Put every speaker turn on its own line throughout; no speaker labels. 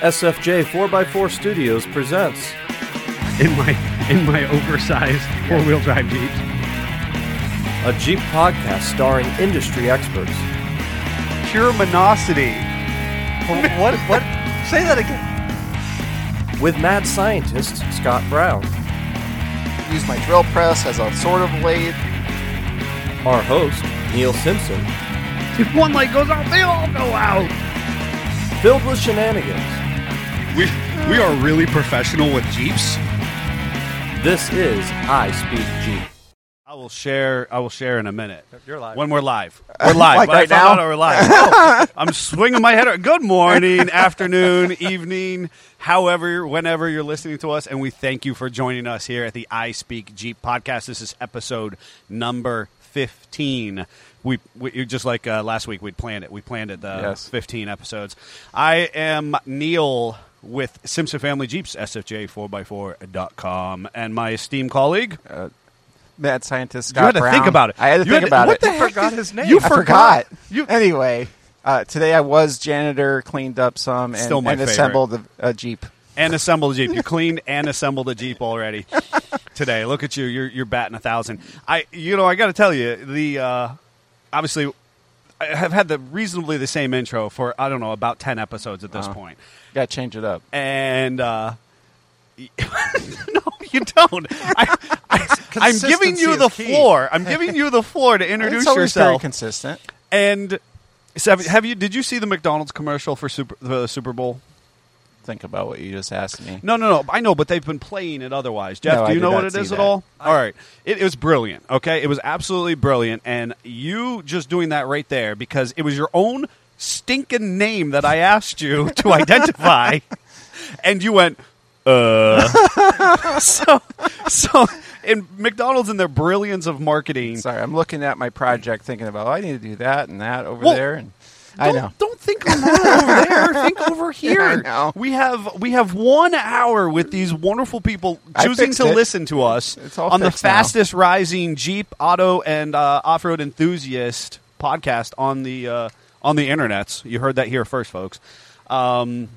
SFJ 4x4 Studios presents
in my in my oversized four wheel drive Jeep.
a Jeep podcast starring industry experts.
pure monosity. what? What? Say that again.
With mad scientist Scott Brown,
use my drill press as a sort of lathe.
our host Neil Simpson,
If one light goes out, they all go out.
filled with shenanigans.
We we are really professional with Jeeps.
This is I Speak Jeep.
I will share. I will share in a minute.
You're live.
When we're live, we're live.
Like
When I
right
found
now?
out we're live. Oh, I'm swinging my head. ar- Good morning, afternoon, evening, however, whenever you're listening to us, and we thank you for joining us here at the I Speak Jeep podcast. This is episode number fifteen. We, we just like uh, last week, we planned it. We planned it. The
Yes.
15 episodes. I am Neil with Simpson Family Jeeps, SFJ4x4.com, and my esteemed colleague.
Mad scientist Scott
you had to
Brown.
think about it.
I had to
You
think about
what
it.
The heck
forgot
is-
his name.
You
I
forgot.
forgot. Anyway, uh, today I was janitor, cleaned up some, and,
Still my
and
favorite.
assembled a, a jeep.
and assembled a jeep. You cleaned and assembled a jeep already today. Look at you. You're you're batting a thousand. I you know I got to tell you the uh, obviously I have had the reasonably the same intro for I don't know about ten episodes at this point.
Got to change it up.
and uh, no, you don't. I, I, I'm giving
Consistency
you
is
the
key.
floor. I'm giving you the floor to introduce
it's always very
yourself.
consistent.
and so have, have you? Did you see the McDonald's commercial for Super the Super Bowl?
Think about what you just asked me.
No, no, no. I know, but they've been playing it otherwise. Jeff,
No, I
do you
did
know what
not
it
see
is
that.
at all? all right. It, it was brilliant, okay? It was absolutely brilliant. And you just doing that right there because it was your own stinking name that I asked you to identify. And you went, uh. so, so, and McDonald's in their brilliance of marketing.
Sorry, I'm looking at my project, thinking about oh, I need to do that and that over
Well,
there. And I
Don't-
know.
Don't think on that over there. Think over here.
I know.
We have we have one hour with these wonderful people
I
choosing
fixed
to
it.
listen to us
It's all
on the
fixed now.
fastest rising Jeep auto and uh, off road enthusiast podcast on the uh, on the internets. You heard that here first, folks. Um,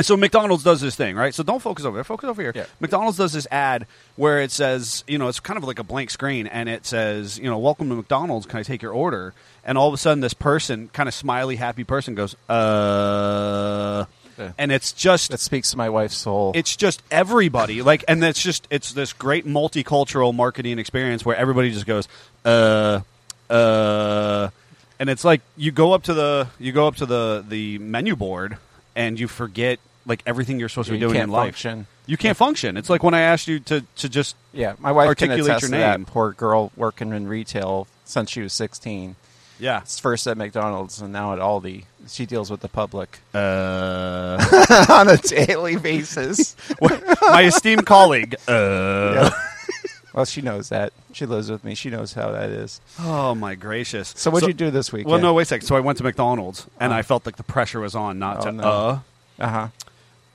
so McDonald's does this thing, right? So don't focus over there. Focus over here.
Yeah.
McDonald's does this ad where it says, you know, it's kind of like a blank screen, and it says, you know, welcome to McDonald's. Can I take your order? And all of a sudden, this person, kind of smiley, happy person, goes, uh,
Yeah.
and it's just
That speaks to my wife's soul.
it's just everybody like and it's just it's this great multicultural marketing experience where everybody just goes uh uh and it's like you go up to the you go up to the the menu board and you forget like everything you're supposed to be
You
doing
can't
in life
function.
you can't function it's like when i asked you to to just
yeah, my wife can
articulate
attest
your
to that
name.
Poor girl working in retail since she was 16.
yeah
It's first at McDonald's and now at Aldi. She deals with the public
uh
on a daily basis.
my esteemed colleague uh
well, she knows that. She lives with me. She knows how that is.
oh my gracious
So, what'd you do this weekend? Uh-huh.
well no wait a second so i went to mcdonald's and i felt like the pressure was on not
Oh,
to
no.
uh
Uh huh.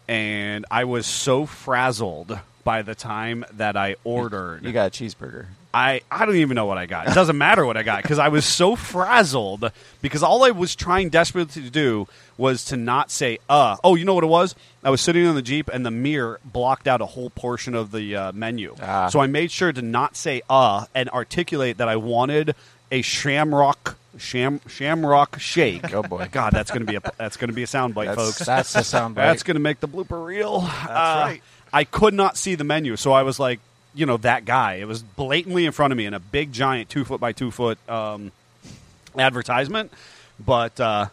and I was so frazzled by the time that I ordered.
You got a cheeseburger.
I, I don't even know what I got. It doesn't matter what I got because I was so frazzled because all I was trying desperately to do was to not say, uh. Oh, you know what it was? I was sitting on the Jeep and the mirror blocked out a whole portion of the uh, menu.
Ah.
So I made sure to not say, uh, and articulate that I wanted a shamrock. Sham, shamrock shake.
Oh, boy.
God, that's gonna be a that's gonna be a soundbite,
That's,
folks.
that's the sound bite.
That's going to make the blooper reel. That's
right.
I could not see the menu, so I was like, you know, that guy. It was blatantly in front of me in a big, giant two foot by two foot um, advertisement. But uh,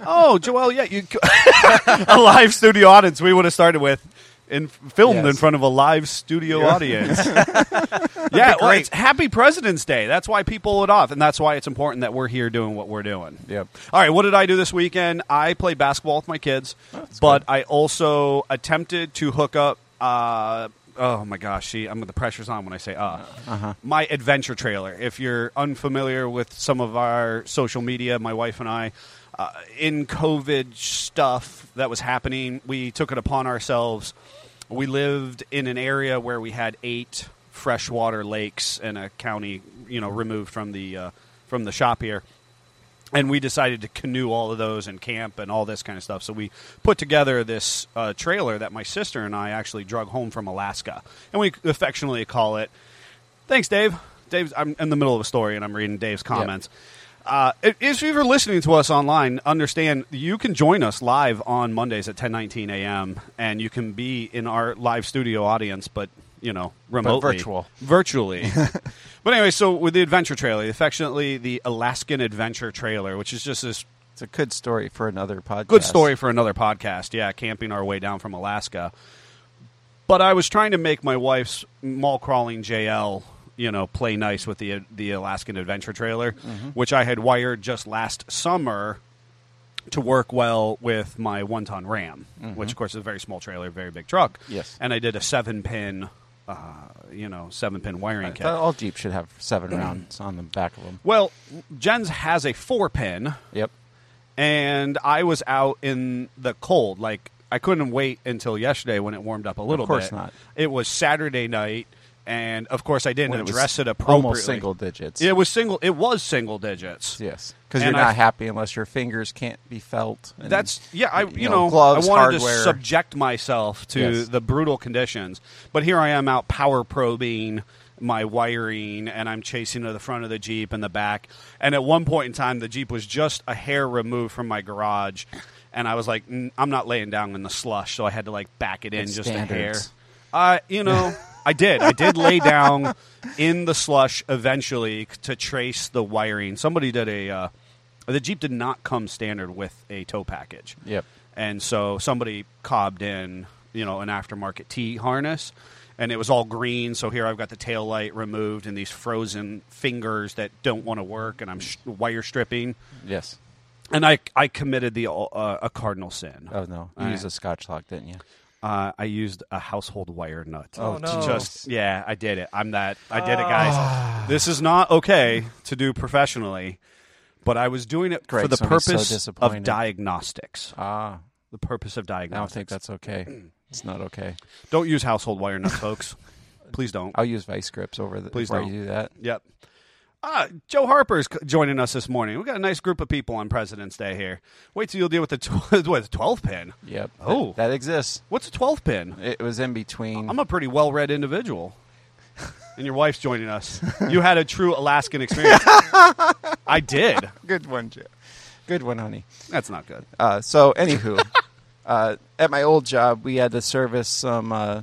oh, Joel, yeah, you a live studio audience. We would have started with. In, filmed
Yes.
in front of a live studio audience. yeah, well,
great.
it's Happy President's Day. That's why people it off, and that's why it's important that we're here doing what we're doing.
Yep.
All right, what did I do this weekend? I played basketball with my kids, but I also attempted to hook up. Uh, oh my gosh, see, I'm the pressure's on when I say uh. My adventure trailer. If you're unfamiliar with some of our social media, my wife and I. Uh, in COVID stuff that was happening, we took it upon ourselves. We lived in an area where we had eight freshwater lakes and a county, you know, removed from the uh, from the shop here and we decided to canoe all of those and camp and all this kind of stuff. So we put together this uh, trailer that my sister and I actually drug home from Alaska, and we affectionately call it. Thanks, Dave. Dave's. I'm in the middle of a story and I'm reading Dave's comments. Uh, if- if you're listening to us online, understand you can join us live on Mondays at 10:19 a.m. and you can be in our live studio audience, but you know, remotely,
virtual.
virtually. but anyway, so with the adventure trailer, affectionately the Alaskan Adventure Trailer, which is just this
It's a good story for another podcast.
good story for another podcast. Yeah, camping our way down from Alaska. But I was trying to make my wife's mall crawling JL, you know, play nice with the the Alaskan Adventure Trailer, which I had wired just last summer to work well with my one ton Ram, which of course is a very small trailer, very big truck.
Yes.
and I did a seven pin, uh, you know, seven pin wiring kit.
All Jeep should have seven rounds on the back of them.
Well, Jen's has a four pin,
Yep.
and I was out in the cold. Like I couldn't wait until yesterday when it warmed up a little.
course
bit.
not.
It was Saturday night, and of course I didn't
When it was
address it, appropriately.
almost single digits.
It was single. It was single digits.
Yes, because
And
you're
I-
not happy unless your fingers can't be felt. and,
That's yeah. I you, know,
gloves,
I wanted
hardware.
to subject myself to
Yes.
the brutal conditions, but here I am out power probing my wiring, and I'm chasing to the front of the jeep and the back. And at one point in time, the jeep was just a hair removed from my garage, and I was like, "N- I'm not laying down in the slush, so I had to like back it in
It's
just
standards.
a hair. I Uh, you know. I did. I did lay down in the slush eventually c- to trace the wiring. Somebody did a uh, the Jeep did not come standard with a tow package.
Yep.
And so somebody cobbed in, you know, an aftermarket T harness and it was all green. So here I've got the tail light removed and these frozen fingers that don't want to work and I'm sh- wire stripping.
yes.
And I, I committed the uh, a cardinal sin.
Oh no, you
All
used
right.
a Scotch lock, didn't you?
Uh, I used a household wire nut.
Oh, no. Ah.
Just yeah, I did it. I'm that. I did it, guys. this is not okay to do professionally, but I was doing it for
Greg's
the
gonna be so
purpose of
disappointed.
diagnostics.
Ah,
The purpose of
I don't
diagnostics.
think that's okay. It's not okay.
Don't use household wire nuts, folks. Please don't.
I'll use vice grips over the.
Please
before
don't.
you do that.
Yep. Ah, Joe Harper's c- joining us this morning. We've got a nice group of people on President's Day here. Wait till you'll deal with the tw- what, 12 pin.
Yep.
Oh.
that, that exists.
What's a 12 pin?
It was in between.
I'm a pretty well read individual. And your wife's joining us. You had a true Alaskan experience. I did.
good one, Jim. Good one, honey.
That's not good.
Uh, so, anywho, uh, at my old job, we had to service some uh,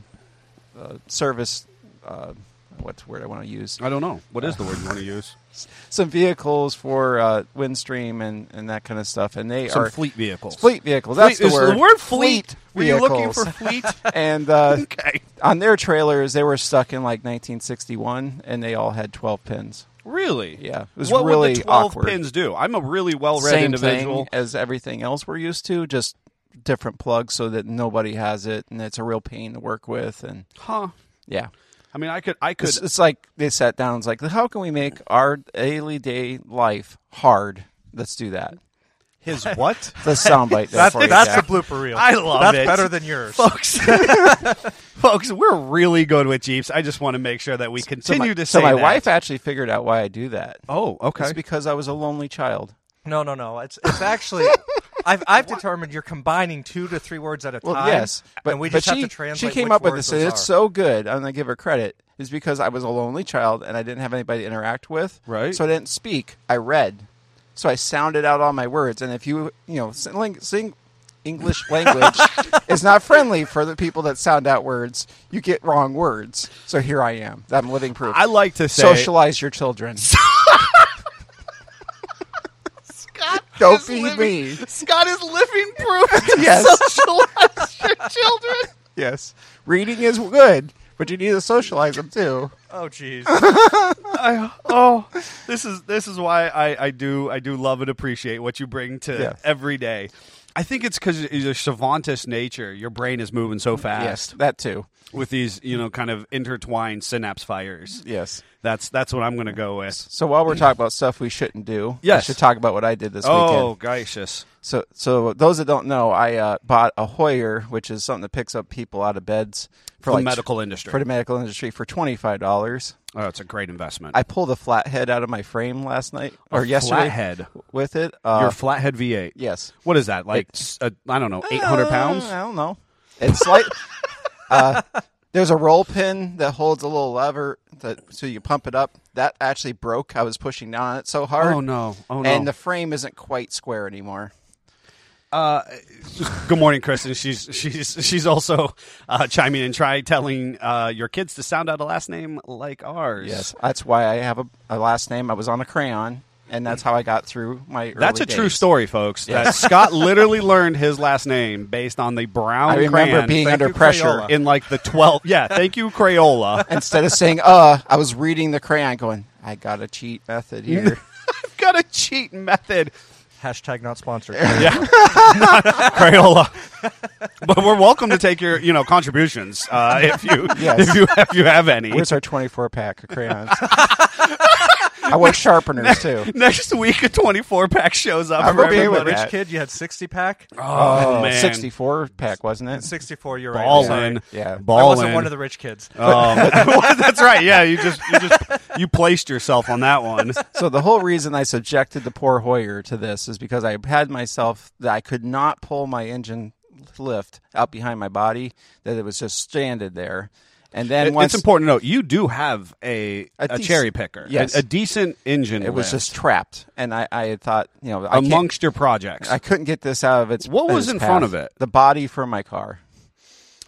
uh, service. Uh, what's the word I want to use?
I don't know. What is the word you want to use?
Some vehicles for uh, Windstream and, and that kind of stuff, and they
Some
are
fleet vehicles.
fleet vehicles. That's
Fleet- is
the word.
The word fleet. Were you looking
vehicles.
for fleet?
and uh,
okay.
on their trailers, they were stuck in like 1961, and they all had 12 pins.
Really?
Yeah, it was
what
really
would the 12
awkward.
pins do? I'm a really well read
Same
individual.
thing as everything else we're used to, just different plugs so that nobody has it, and it's a real pain to work with. And
Huh.
yeah,
I mean, I could. I could.
it's, it's like they sat down. It's like, how can we make our daily day life hard? Let's do that.
His what?
The soundbite. there
That's-
for you,
that's
Jack.
the
a blooper reel.
I love
That's
it.
better than yours.
folks. folks, we're really good with Jeeps. I just want to make sure that we
So
continue
my,
to
so
say
my
that.
wife actually figured out why I do that.
Oh, okay.
It's because I was a lonely child.
No, no, no. It's it's actually I've I've determined you're combining two to three words at a time.
Well, yes, but
and we
but
just
she
have to translate.
she came
which
up with
words
this,
those
and it's uh,
are.
so good. I'm gonna give her credit. Is because I was a lonely child and I didn't have anybody to interact with.
Right.
So I didn't speak. I read. So I sounded out all my words. And if you you know sing, lang- sing English language is not friendly for the people that sound out words. You get wrong words. So here I am. I'm living proof.
I like to say
Socialize your children. Don't be me.
Scott is living proof.
Yes.
Socialize your children.
Yes. Reading is good, but you need to socialize them too.
Oh, jeez.
I, oh, this is this is why I, I do I do love and appreciate what you bring to
Yes.
every day. I think it's because your savantist nature, your brain is moving so
Yes,
fast
that too.
with these you know kind of intertwined synapse fires.
Yes.
That's that's what I'm going to go with.
So while we're talking about stuff we shouldn't do,
Yes.
we should talk about what I did this
Oh
weekend.
gracious!
So, so those that don't know, I uh, bought a Hoyer, which is something that picks up people out of beds for
the
like-
medical industry.
For the medical industry, for twenty five dollars.
Oh, it's a great investment.
I pulled a flathead out of my frame last night or yesterday
flathead?
with it. Uh,
Your flathead V8.
yes,
What is that? Like, s- uh, I don't know, 800 pounds?
Uh, I don't know. It's like uh, there's a roll pin that holds a little lever that so you pump it up. That actually broke. I was pushing down on it so hard.
Oh, no. Oh, no.
And the frame isn't quite square anymore.
Good morning, Kristen. She's she's she's also uh, chiming in. Try telling uh, your kids to sound out a last name like ours.
Yes, that's why I have a, a last name. I was on a crayon, and that's how I got through my. Early
That's a true
days.
story, folks. That
Yes.
Scott literally learned his last name based on the brown.
I remember
crayon.
being
Thank
under
you,
pressure.
Crayola. in like the 12th. Yeah, thank you, Crayola.
Instead of saying "uh," I was reading the crayon, going, "I got a cheat method here."
I've got a cheat method.
Hashtag not sponsored.
Crayola. but we're welcome to take your, you know, contributions uh, if you
Yes.
if you have you have any.
Where's our twenty-four pack of crayons? I want sharpeners too.
Next week, a twenty-four pack shows up.
I'm
for
okay with
everybody.
that.
Rich kid, you had 60 pack.
Um,
Oh, man,
Sixty-four pack, wasn't it?
64, you're right. I'm sorry.
ballin',
Yeah. I
I
ballin'.
wasn't one of the rich kids.
Uh,
Um, that's right. Yeah, you just you just you placed yourself on that one.
So the whole reason I subjected the poor Hoyer to this is because I had myself that I could not pull my engine lift out behind my body; that it was just stranded there. And then
It-
once
it's important to note you do have a a,
A dec-
cherry picker, a-
yes.
a, decent engine.
it was
lift
just trapped, and I, I had thought, you know, I can't-
amongst your projects.
I couldn't get this out of its.
What was
its
in front
path.
of it?
The body for my car.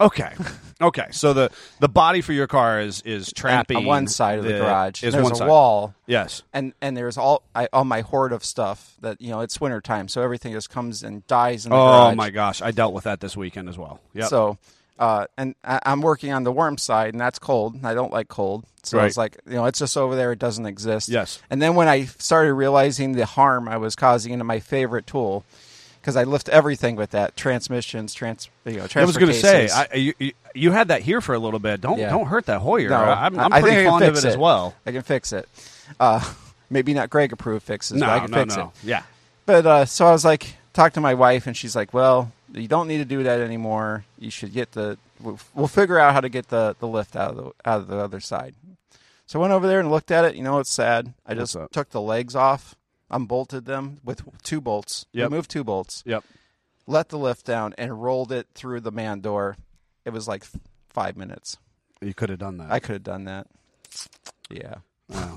okay, okay. So the the body for your car is is trapping
on one side of the, garage.
Is
There's
one
a
side.
wall,
Yes.
and and there's all I, all my hoard of stuff that you know it's winter time, so everything just comes and dies in the
Oh
garage.
my gosh, I dealt with that this weekend as well. Yeah.
So, uh, and I, I'm working on the warm side, and that's cold. And I don't like cold, so it's
Right.
like you know, it's just over there. It doesn't exist.
Yes.
And then when I started realizing the harm I was causing into my favorite tool, because I lift everything with that transmissions, trans, you know,
I was
going to
say, I, you, you- you had that here for a little bit. Don't
Yeah.
don't hurt that Hoyer.
No,
I- I'm, I'm
I think I
pretty
can
fond of
fix
it, as well.
I can fix it. Uh, maybe not Greg approved fixes,
no,
but I can
no,
fix
no.
it.
Yeah.
But uh, so I was like, talked to my wife, and she's like, "Well, you don't need to do that anymore. You should get the. We'll, we'll figure out how to get the the lift out of the out of the other side." So I went over there and looked at it. You know, it's sad. I
What's
just
up?
took the legs off, unbolted them with two bolts.
Yep.
Removed two bolts.
Yep.
Let the lift down and rolled it through the man door. It was like f- five minutes.
You could have done that.
I could have done that. Yeah.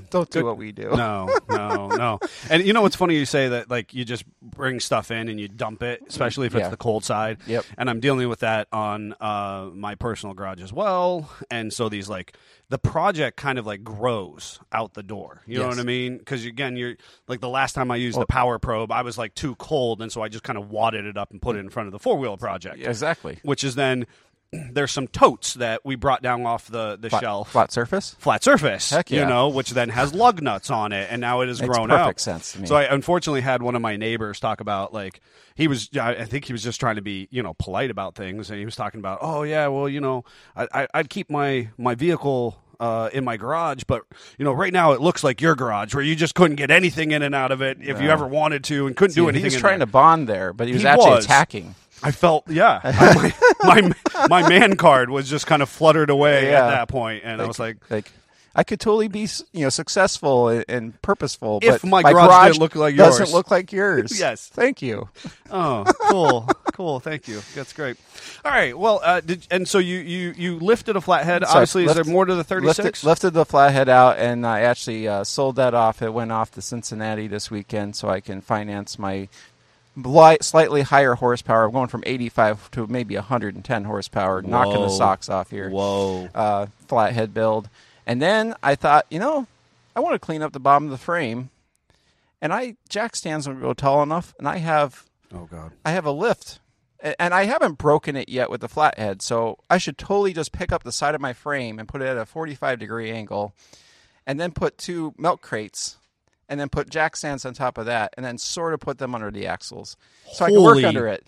Don't do what we do.
No, no, no. And you know what's funny? You say that like you just bring stuff in and you dump it, especially if it's
Yeah.
the cold side.
Yep.
And I'm dealing with that on uh, my personal garage as well. And so these like the project kind of like grows out the door. You know
Yes. Oh.
what I mean? Because again, you're like the last time I used the power probe, I was like too cold, and so I just kind of wadded it up and put it in front of the four wheel project.
Exactly.
Which is then there's some totes that we brought down off the the shelf
Flat surface.
flat surface,
Heck
you
yeah.
know, which then has lug nuts on it, and now it has
Makes
grown out.
perfect sense to me.
So I unfortunately had one of my neighbors talk about like he was, I I think he was just trying to be you know polite about things, and he was talking about, oh yeah, well you know, I, I I'd keep my my vehicle. Uh, in my garage, but you know, right now it looks like your garage where you just couldn't get anything in and out of it if you ever wanted to, and couldn't do anything.
He was
in
trying
there.
to bond there, but he was
He
actually
was.
attacking.
I felt yeah. I- my, my my man card was just kind of fluttered away
Yeah.
at that point, and I was like,
like I could totally be, s- you know, successful and, and purposeful,
If
but
my garage didn't look like yours.
doesn't look like yours.
Yes.
thank you.
Oh, cool, cool. Thank you. That's great. All right. Well, uh, did and so you you you lifted a flathead.
So I
Obviously, is
lift-
there more to the thirty six?
Lifted, lifted the flathead out, and I actually uh, sold that off. It went off to Cincinnati this weekend, so I can finance my bli- slightly higher horsepower. I'm going from 85 to maybe 110 horsepower, knocking the
Whoa.
socks off here.
Whoa.
uh, flathead build. And then I thought, you know, I want to clean up the bottom of the frame. And I jack stands don't go tall enough, and I have
Oh God.
I have a lift, A- and I haven't broken it yet with the flathead. So I should totally just pick up the side of my frame and put it at a 45 degree angle, and then put two milk crates, and then put jack stands on top of that, and then sort of put them under the axles so I can work
Holy-
under it.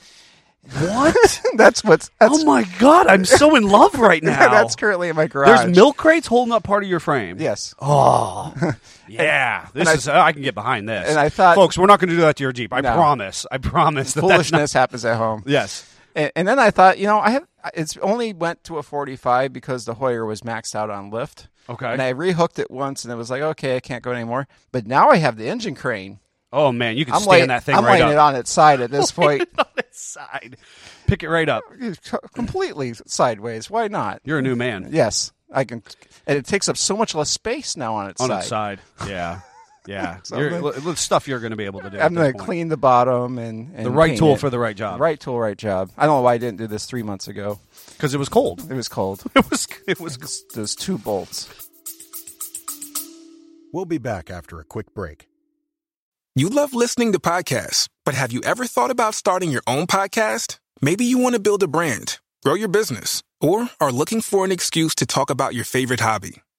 What?
that's what's. That's,
oh my god! I'm so in love right now.
that's currently in my garage.
There's milk Oh, crates holding up part of your frame.
Yes.
Yeah. This
I-
is. uh, I, can get behind this.
and I thought-
folks, we're not going to do that to your Jeep. I
No.
promise. I promise. That that's not-
Foolishness happens at home.
yes.
And, and then I thought, you know, I have it's only went to a 45 because the Hoyer was maxed out on lift.
Okay.
And I rehooked it once, and it was like, okay, I can't go anymore. But now I have the engine crane.
Oh man, you can
I'm
stand
laying,
that thing
I'm
right
laying
up.
it on its side at this point,
on its side. Pick it right up.
completely sideways. Why not?
You're a new man.
Yes, I can, and it takes up so much less space now on its
on
side.
its side. Yeah. Yeah.
So
you're,
I'm
l- l- stuff you're going to be able to do.
I'm
going
gonna
to
clean the bottom and, and
The right
paint
tool
it.
for the right job.
right tool, right job. I don't know why I didn't do this three months ago.
Because it was cold.
It was cold.
It was. It was.
Those two bolts.
We'll be back after a quick break.
You love listening to podcasts, but have you ever thought about starting your own podcast? Maybe you want to build a brand, grow your business, or are looking for an excuse to talk about your favorite hobby.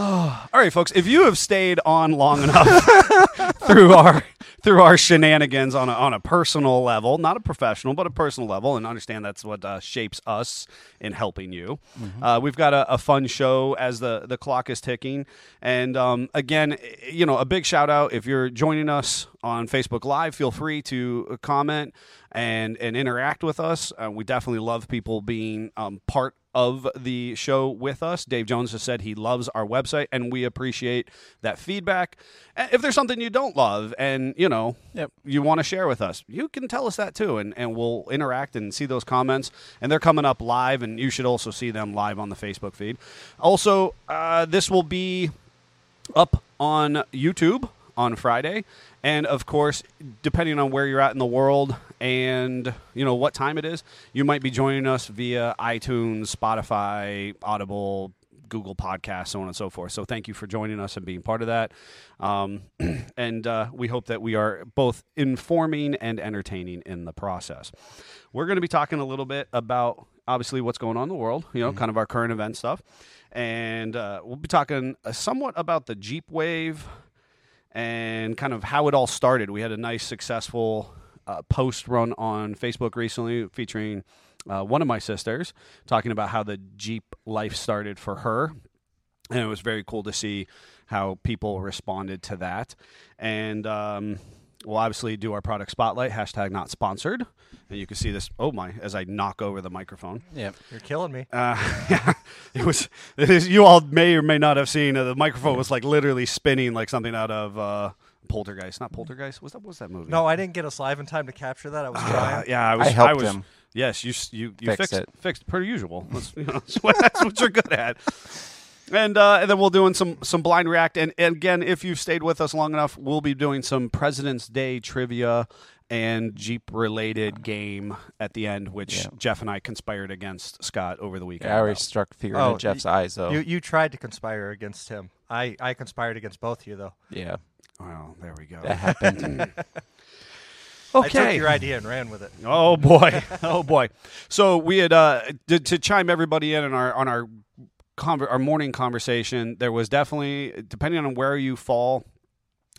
All right, folks. If you have stayed on long enough through our through our shenanigans on a, on a personal level, not a professional, but a personal level, and understand that's what uh, shapes us in helping you. Uh, we've got a, a fun show as the the clock is ticking, and um, again, i- you know, a big shout out if you're joining us on Facebook Live. Feel free to uh, comment and and interact with us. Uh, we definitely love people being um, part of the show with us. Dave Jones has said he loves our website, and we appreciate that feedback. And If there's something you don't love, and you know you want to share with us, you can tell us that too, and and we'll interact and see those comments. And they're coming up live, and you should also see them live on the Facebook feed. Also, uh, this will be up on YouTube on Friday. And of course, depending on where you're at in the world and you know what time it is, you might be joining us via iTunes, Spotify, Audible, Google Podcasts, so on and so forth. So thank you for joining us and being part of that. Um, and uh, we hope that we are both informing and entertaining in the process. We're going to be talking a little bit about obviously what's going on in the world, you know, kind of our current event stuff. And uh, we'll be talking uh, somewhat about the Jeep Wave and kind of how it all started. We had a nice, successful uh, post run on Facebook recently featuring uh, one of my sisters talking about how the Jeep life started for her. And it was very cool to see how people responded to that. And um, we'll obviously do our product spotlight, hashtag not sponsored. And you can see this, oh my, as I knock over the microphone.
Yep.
You're killing me.
Uh, it was. It is, you all may or may not have seen uh, the microphone was like literally spinning like something out of uh, Poltergeist. Not Poltergeist. Was that was that movie?
no, I didn't get us live in time to capture that. I was
Uh,
trying.
yeah, I was.
I helped
was,
him.
Yes, you s- you you
Fix
fixed
it.
fixed per usual. That's, you know, that's, what, that's what you're good at. And, uh, and then we'll doing some some blind react. And, and again, if you've stayed with us long enough, we'll be doing some President's Day trivia and Jeep related game at the end, which Jeff and I conspired against Scott over the weekend.
I already
about.
struck fear
Oh,
into Jeff's
you-
eyes, though.
You you tried to conspire against him. I I conspired against both you though.
yeah,
Well, there we go.
that happened.
I took your idea and ran with it.
Oh boy. Oh boy. So we had uh to, to chime everybody in on our on our conver- our morning conversation, there was definitely depending on where you fall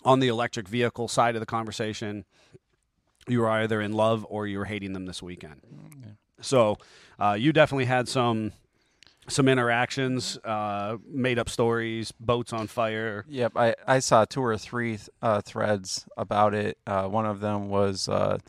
on the electric vehicle side of the conversation, you were either in love or you were hating them this weekend. So, uh, you definitely had some some interactions, uh, made up stories, boats on fire.
Yep, I, I saw two or three th- uh, threads about it. Uh, one of them was uh,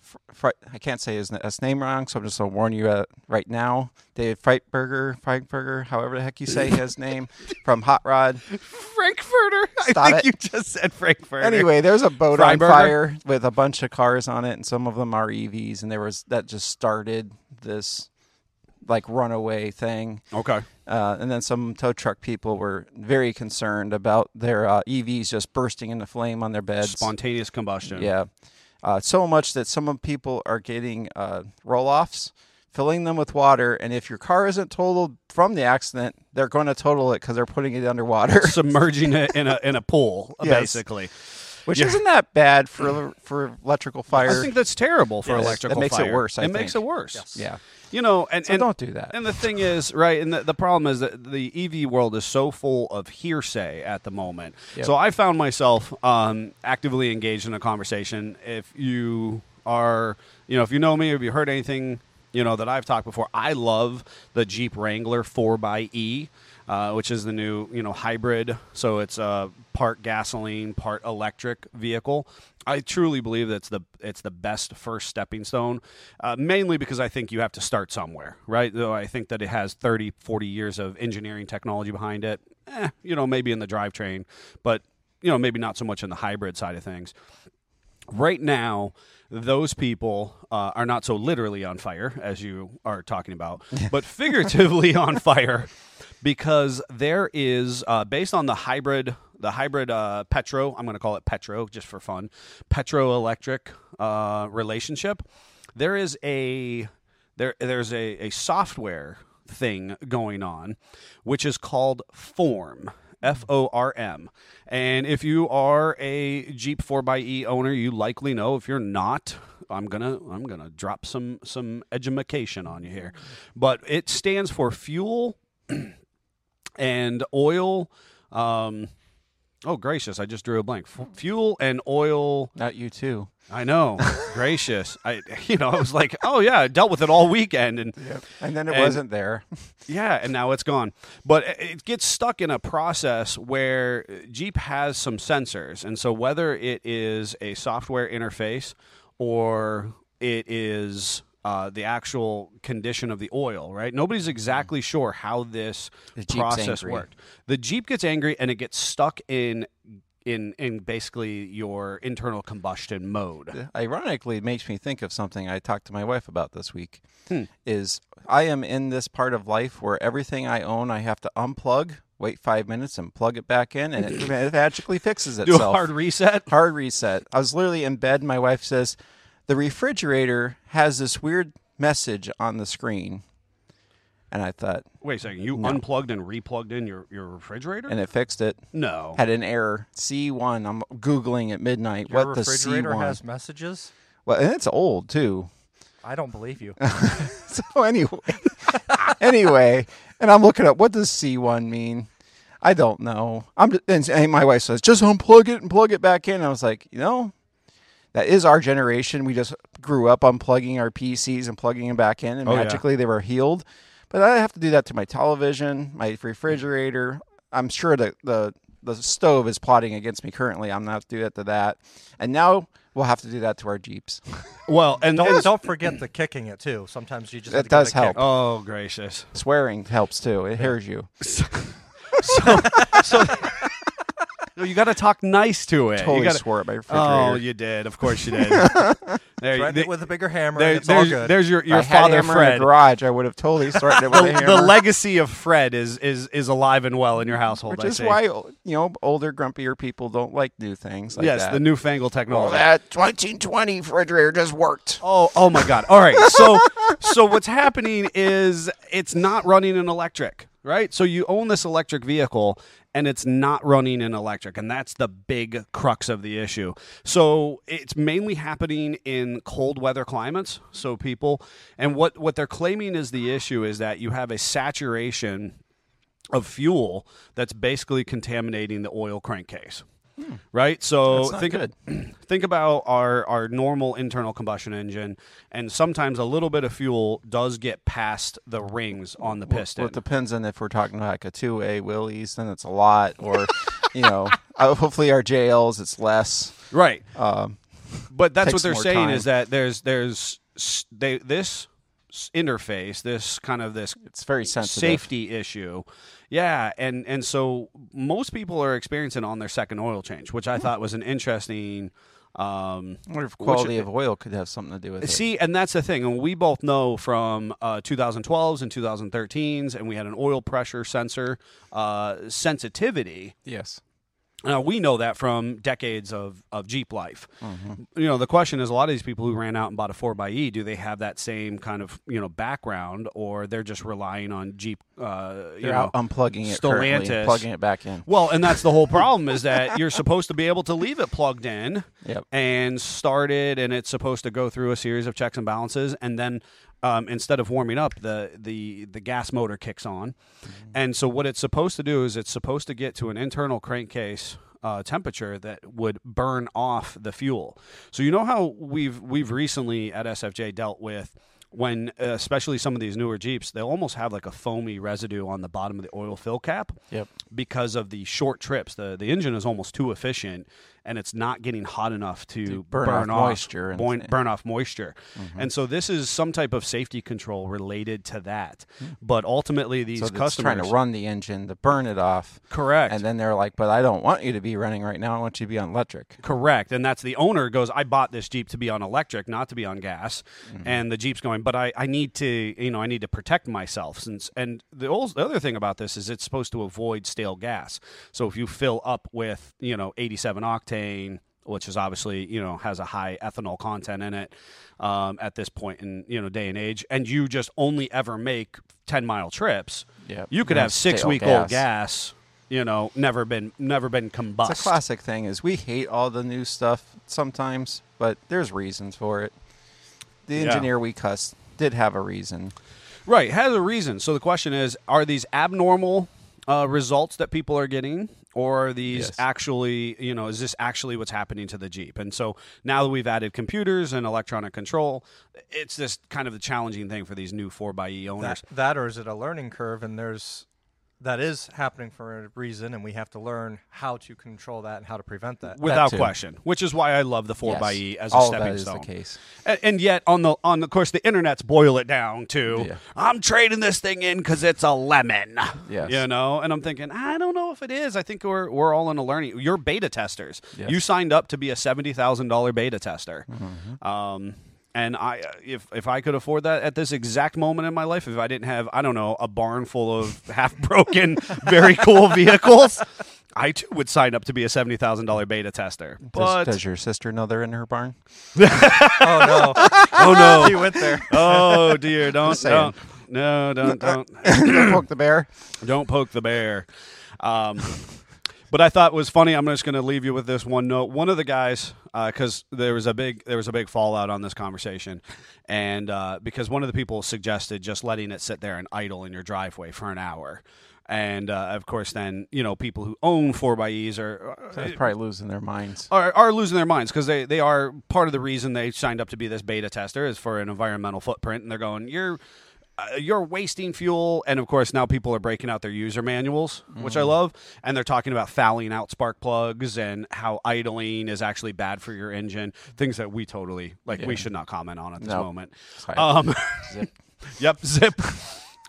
fr- Fre- I can't say his, n- his name wrong, so I'm just gonna warn you uh, right now. David Freitberger, Freitberger, however the heck you say his name, from Hot Rod.
Frankfurter.
Stop
I think
it.
you just said Frankfurter.
Anyway, there's a boat on
Freiberger?
fire with a bunch of cars on it, and some of them are EVs, and there was that just started this like runaway thing.
Okay.
Uh, and then some tow truck people were very concerned about their uh, EVs just bursting into flame on their beds.
Spontaneous combustion.
Yeah. Uh, so much that some of people are getting uh, roll offs filling them with water, and if your car isn't totaled from the accident, they're going to total it because they're putting it underwater,
submerging it in a in a pool,
Yes.
basically.
which
Yeah.
isn't that bad for for electrical fire.
I think that's terrible for
Yes.
electrical
That makes it
fire.
worse, I
it makes it
think.
worse.
yeah,
You know, and,
So
and
don't do that.
And the thing is, right? And the, the problem is that the EV world is so full of hearsay at the moment.
Yep.
So I found myself um, actively engaged in a conversation. If you are, you know, if you know me, or if you heard anything, you know that I've talked before. I love the Jeep Wrangler 4xE, uh, which is the new, you know, hybrid. So it's a part gasoline, part electric vehicle. I truly believe that's the it's the best first stepping stone, uh, mainly because I think you have to start somewhere, right? Though I think that it has 30, 40 years of engineering technology behind it. Eh, you know, maybe in the drivetrain, but you know, maybe not so much in the hybrid side of things right now those people uh, are not so literally on fire as you are talking about but figuratively on fire because there is uh, based on the hybrid the hybrid uh, petro i'm going to call it petro just for fun petro electric uh, relationship there is a there there's a, a software thing going on which is called form F O R M. And if you are a Jeep 4xE owner, you likely know. If you're not, I'm going to I'm going to drop some some edumacation on you here. But it stands for fuel and oil um Oh gracious, I just drew a blank. F- fuel and oil
not you too.
I know. Gracious. I you know, I was like, "Oh yeah, I dealt with it all weekend." And
And then it
And-
wasn't there.
yeah, and now it's gone. But it- it gets stuck in a process where uh, Jeep has some sensors. And so whether it is a software interface or it is uh, the actual condition of the oil, right? Nobody's exactly sure how this
Mm-hmm. Jeep's
process
angry.
worked. The Jeep gets angry and it gets stuck in in in basically your internal combustion mode.
ironically it makes me think of something I talked to my wife about this week
Hmm.
is I am in this part of life where everything I own I have to unplug, wait 5 minutes and plug it back in and it magically fixes
Do a
itself.
hard reset.
Hard reset. I was literally in bed and my wife says the refrigerator has this weird message on the screen. And I thought
Wait a second. You unplugged and replugged in your your refrigerator?
and it fixed it.
no.
Had an error. C1. I'm googling at midnight
Your
what the
refrigerator
C1.
has messages.
well, and it's old too.
I don't believe you.
So anyway, anyway, and I'm looking up what does C1 mean? I don't know. I'm just, and, and my wife says just unplug it and plug it back in. I was like, you know, that is our generation. We just grew up unplugging our PCs and plugging them back in, and
yeah.
magically they were healed. But I have to do that to my television, my refrigerator. I'm sure that the the stove is plotting against me currently. I'm not do that to that, and now we'll have to do that to our Jeeps.
well, and
don't,
and-
don't forget the kicking it too. Sometimes you just have
That
to give
does
it a kick.
help.
Oh gracious!
Swearing helps too. It hears you.
So, so No, you got to talk nice to it.
totally
you gotta,
swore at my refrigerator.
Oh, you did. Of course you did. there,
Threaten
there-
it with a bigger hammer.
there-
and it's all
there's,
good.
there's your,
If I
your
had a
father
hammer in
Fred.
the garage. I would have totally threatened it with
The,
a hammer.
the legacy of Fred is, is is alive and well in your household.
which
I
is
see.
why you know older, grumpier people don't like new things. Like
yes,
that.
the newfangled
Oh,
technology.
that 1920 refrigerator just worked.
Oh, oh my God! All right, so so what's happening is it's not running an electric, right? So you own this electric vehicle and it's not running an electric, and that's the big crux of the issue. So it's mainly happening in cold weather climates. So people, and what what they're claiming is the issue is that you have a saturation of fuel that's basically contaminating the oil crankcase. Right? So
Hmm. That's not
think
good.
think about our our normal internal combustion engine and sometimes a little bit of fuel does get past the rings on the piston.
Well, it depends on if we're talking like a two-way Willys, then it's a lot, or you know, uh, hopefully our JLs, it's less.
right.
Um,
but that's
takes
what they're
more
saying
time.
is that there's there's s- they this s- interface, this kind of this
it's very sensitive.
safety issue. Yeah, and and so most people are experiencing it on their second oil change, which
Hmm.
I thought was an interesting um
I wonder if
which-
quality of oil could have something to do with it.
See, and that's the thing. And we both know from uh, 2012s and 2013s, and we had an oil pressure sensor uh, sensitivity
yes,
Now we know that from decades of, of Jeep life.
Mm-hmm.
You know, the question is a lot of these people who ran out and bought a 4xE, do they have that same kind of, you know, background or they're just relying on Jeep uh you
You're
know,
out unplugging it currently,
Stellantis.
plugging it back in.
Well, and that's the whole problem is that you're supposed to be able to leave it plugged in
Yep.
and start it, and it's supposed to go through a series of checks and balances, and then um, instead of warming up, the the the gas motor kicks on,
Mm-hmm.
and so what it's supposed to do is it's supposed to get to an internal crankcase. Uh, temperature that would burn off the fuel. So you know how we've we've recently at SFJ dealt with when uh, especially some of these newer Jeeps, they almost have like a foamy residue on the bottom of the oil fill cap.
Yep.
Because of the short trips, the the engine is almost too efficient, and it's not getting hot enough to,
burn
burn,
off moisture and- Mm-hmm.
boin- burn off moisture. And so this is some type of safety control related to that. But ultimately, these
Hmm. So it's
customers
trying to run the engine to burn it off.
correct
And then they're like, but I don't want you to be running right now. I want you to be on electric.
Correct. And that's the owner goes, I bought this Jeep to be on electric, not to be on gas.
Mm-hmm.
And the Jeep's going, but I, I need to, you know, I need to protect myself. Since, and the, old, the other thing about this is it's supposed to avoid stale gas. So if you fill up with, you know, 87 octane, which is obviously, you know, has a high ethanol content in it um, at this point in, you know, day and age, and you just only ever make 10 mile trips,
Yep.
you could
No
have
stale
six week old
gas.
gas. You know, never been, never been combusted.
It's a classic thing is we hate all the new stuff sometimes, but there's reasons for it. The
Yeah.
engineer we cussed did have a reason.
Right, has a reason. So the question is: Are these abnormal uh, results that people are getting, or are these
Yes.
actually, you know, is this actually what's happening to the Jeep? And so now that we've added computers and electronic control, it's this kind of the challenging thing for these new four x e owners.
That, that or is it a learning curve? And there's that is happening for a reason, and we have to learn how to control that and how to prevent that.
Without
too.
question, which is why I love the four
Yes.
x e as a
All of
stepping
that is the
stone.
case.
And, and yet, on the on the, of course, the internet's boil it down to
Yeah.
I'm trading this thing in because it's a lemon.
Yes.
you know. And I'm thinking, I don't know if it is. I think we're we're all in a learning. You're beta testers.
Yes.
You signed up to be a seventy thousand dollar beta tester.
Mm-hmm.
Um, and I, if if I could afford that at this exact moment in my life, if I didn't have, I don't know, a barn full of half broken, very cool vehicles. I too would sign up to be a seventy thousand dollar beta tester, but
does, does your sister know they're in her barn?
oh no!
oh no,
He went there.
oh dear, don't,
saying.
don't, no, don't, don't,
Don't poke the bear.
don't poke the bear. Um, but I thought it was funny. I'm just going to leave you with this one note. One of the guys, because there was a big there was a big fallout on this conversation, and uh, because one of the people suggested just letting it sit there and idle in your driveway for an hour. And uh, of course, then you know people who own four by E's are uh,
They're probably losing their minds.
are, are losing their minds because they, they are part of the reason they signed up to be this beta tester is for an environmental footprint and they're going you're uh, you're wasting fuel and of course now people are breaking out their user manuals which i love and they're talking about fouling out spark plugs and how idling is actually bad for your engine things that we totally like we should not comment on at this
No.
moment
Sorry.
um,
Zip.
yep zip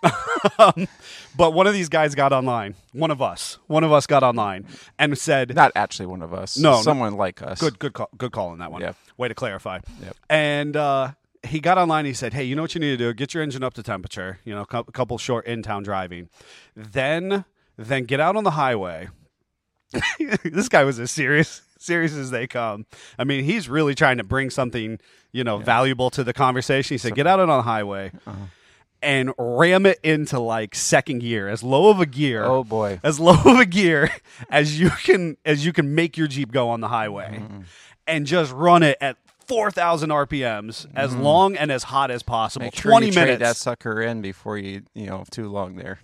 um, but one of these guys got online one of us one of us got online and said
Not actually one of us.
No, no.
Someone like us.
Good, good call. Good call on that one.
Yep.
Way to clarify.
Yep.
And uh, he got online. He said, "Hey, you know what you need to do? Get your engine up to temperature. You know, cou- a couple short in town driving, then then get out on the highway." this guy was as serious serious as they come. I mean, he's really trying to bring something you know valuable to the conversation. He said, "Get out on the highway." And ram it into like second gear, as low of a gear
Oh boy.
as low of a gear as you can as you can make your jeep go on the highway
Mm-hmm.
and just run it at 4000 rpms as long and as hot as possible
Mm-hmm. Make sure
20
you trade
minutes
that sucker in before you you know too long there.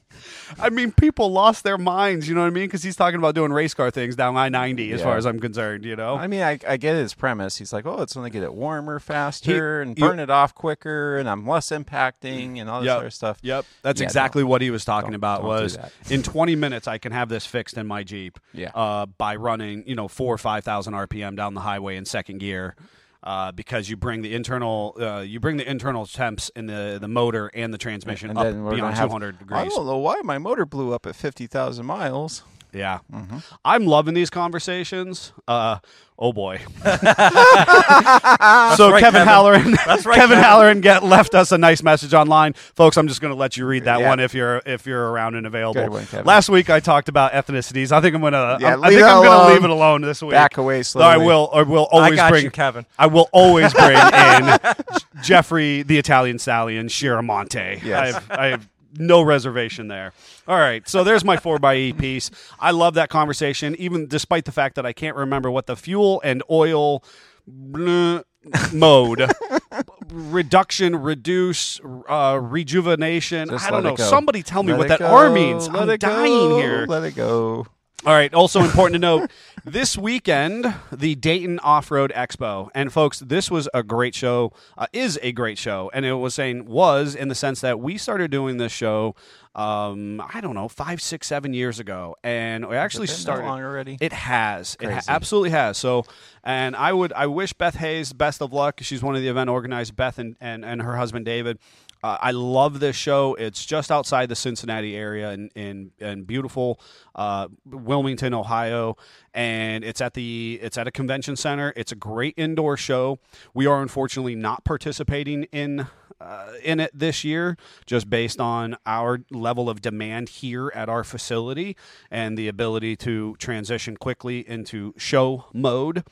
i mean people lost their minds you know what i mean because he's talking about doing race car things down i-90 as
Yeah.
far as i'm concerned you know
I mean, I, I get his premise. He's like, oh, it's going to get it warmer faster and
you-
burn it off quicker, and I'm less impacting and all this
Yep.
other stuff.
Yep, that's
Yeah,
exactly what he was talking
don't-
about.
don't do
was
that.
in 20 minutes I can have this fixed in my Jeep.
Yeah.
Uh, by running, you know, four or five thousand RPM down the highway in second gear, uh, because you bring the internal, uh, you bring the internal temps in the the motor and the transmission
And
up
then we're going
beyond
to have. Oh,
200
I
degrees.
don't know why my motor blew up at fifty thousand miles.
Yeah. I'm loving these conversations. Uh, oh boy. so Kevin, Halloran, Kevin, Halloran get, left us a nice message online, folks. I'm just going to let you read that
Yeah.
one if you're if you're around and available.
Good one, Kevin.
Last week I talked about ethnicities. I think I'm going to.
Yeah,
I
leave
think
it
I'm going
alone.
to leave it alone this week.
Back away
Though I
slowly.
will. I will always
got
bring
you, Kevin.
I will always bring in Jeffrey, the Italian stallion, Shiramonte.
Yes.
I've, I have no reservation there. All right, so there's my 4xE piece. I love that conversation, even despite the fact that I can't remember what the fuel and oil bleh, mode reduction, reduce, uh, rejuvenation.
Just
I don't
let it
know.
go.
Somebody tell me
Let
what
it
that
go.
R means.
Let
I'm
it
dying
go.
here.
Let it go.
All right. Also important to note this weekend, the Dayton Off Road Expo. And folks, this was a great show, uh, is a great show. And it was saying was in the sense that we started doing this show, um, I don't know, five, six, seven years ago. And we actually
been that
started.
long already?
It has. It ha- absolutely has. So, and I would, I wish Beth Hayes best of luck. She's one of the event organizers, Beth and, and, and her husband David. Uh, I love this show. It's just outside the Cincinnati area in, in, in beautiful uh, Wilmington, Ohio, and it's at the it's at a convention center. It's a great indoor show. We are unfortunately not participating in uh, in it this year, just based on our level of demand here at our facility and the ability to transition quickly into show mode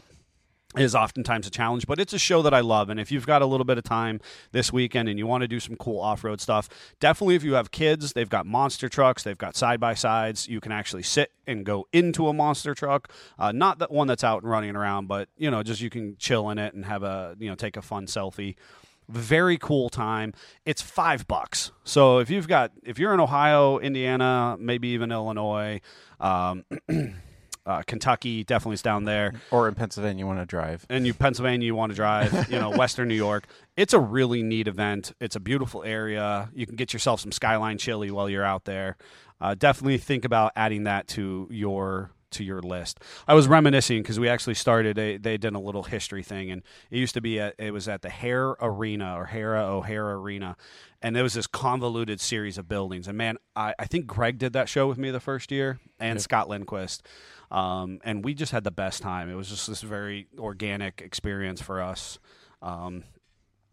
is oftentimes a challenge, but it's a show that I love. And if you've got a little bit of time this weekend and you want to do some cool off road stuff, definitely if you have kids, they've got monster trucks, they've got side by sides. You can actually sit and go into a monster truck, uh, not that one that's out and running around, but you know, just you can chill in it and have a you know take a fun selfie. Very cool time. It's five bucks. So if you've got if you're in Ohio, Indiana, maybe even Illinois, um, uh, Kentucky definitely is down there
Or in Pennsylvania, you want to drive.
and you Pennsylvania you want to drive, you know, Western New York. It's a really neat event. It's a beautiful area. You can get yourself some skyline chili while you're out there. Uh, definitely think about adding that to your to your list. I was reminiscing because we actually started. A, they did a little history thing, and it used to be at, it was at the Hare Arena or Hera O'Hara Arena, and there was this convoluted series of buildings. And man, I, I think Greg did that show with me the first year, and Scott Lindquist um, and we just had the best time. It was just this very organic experience for us. Um,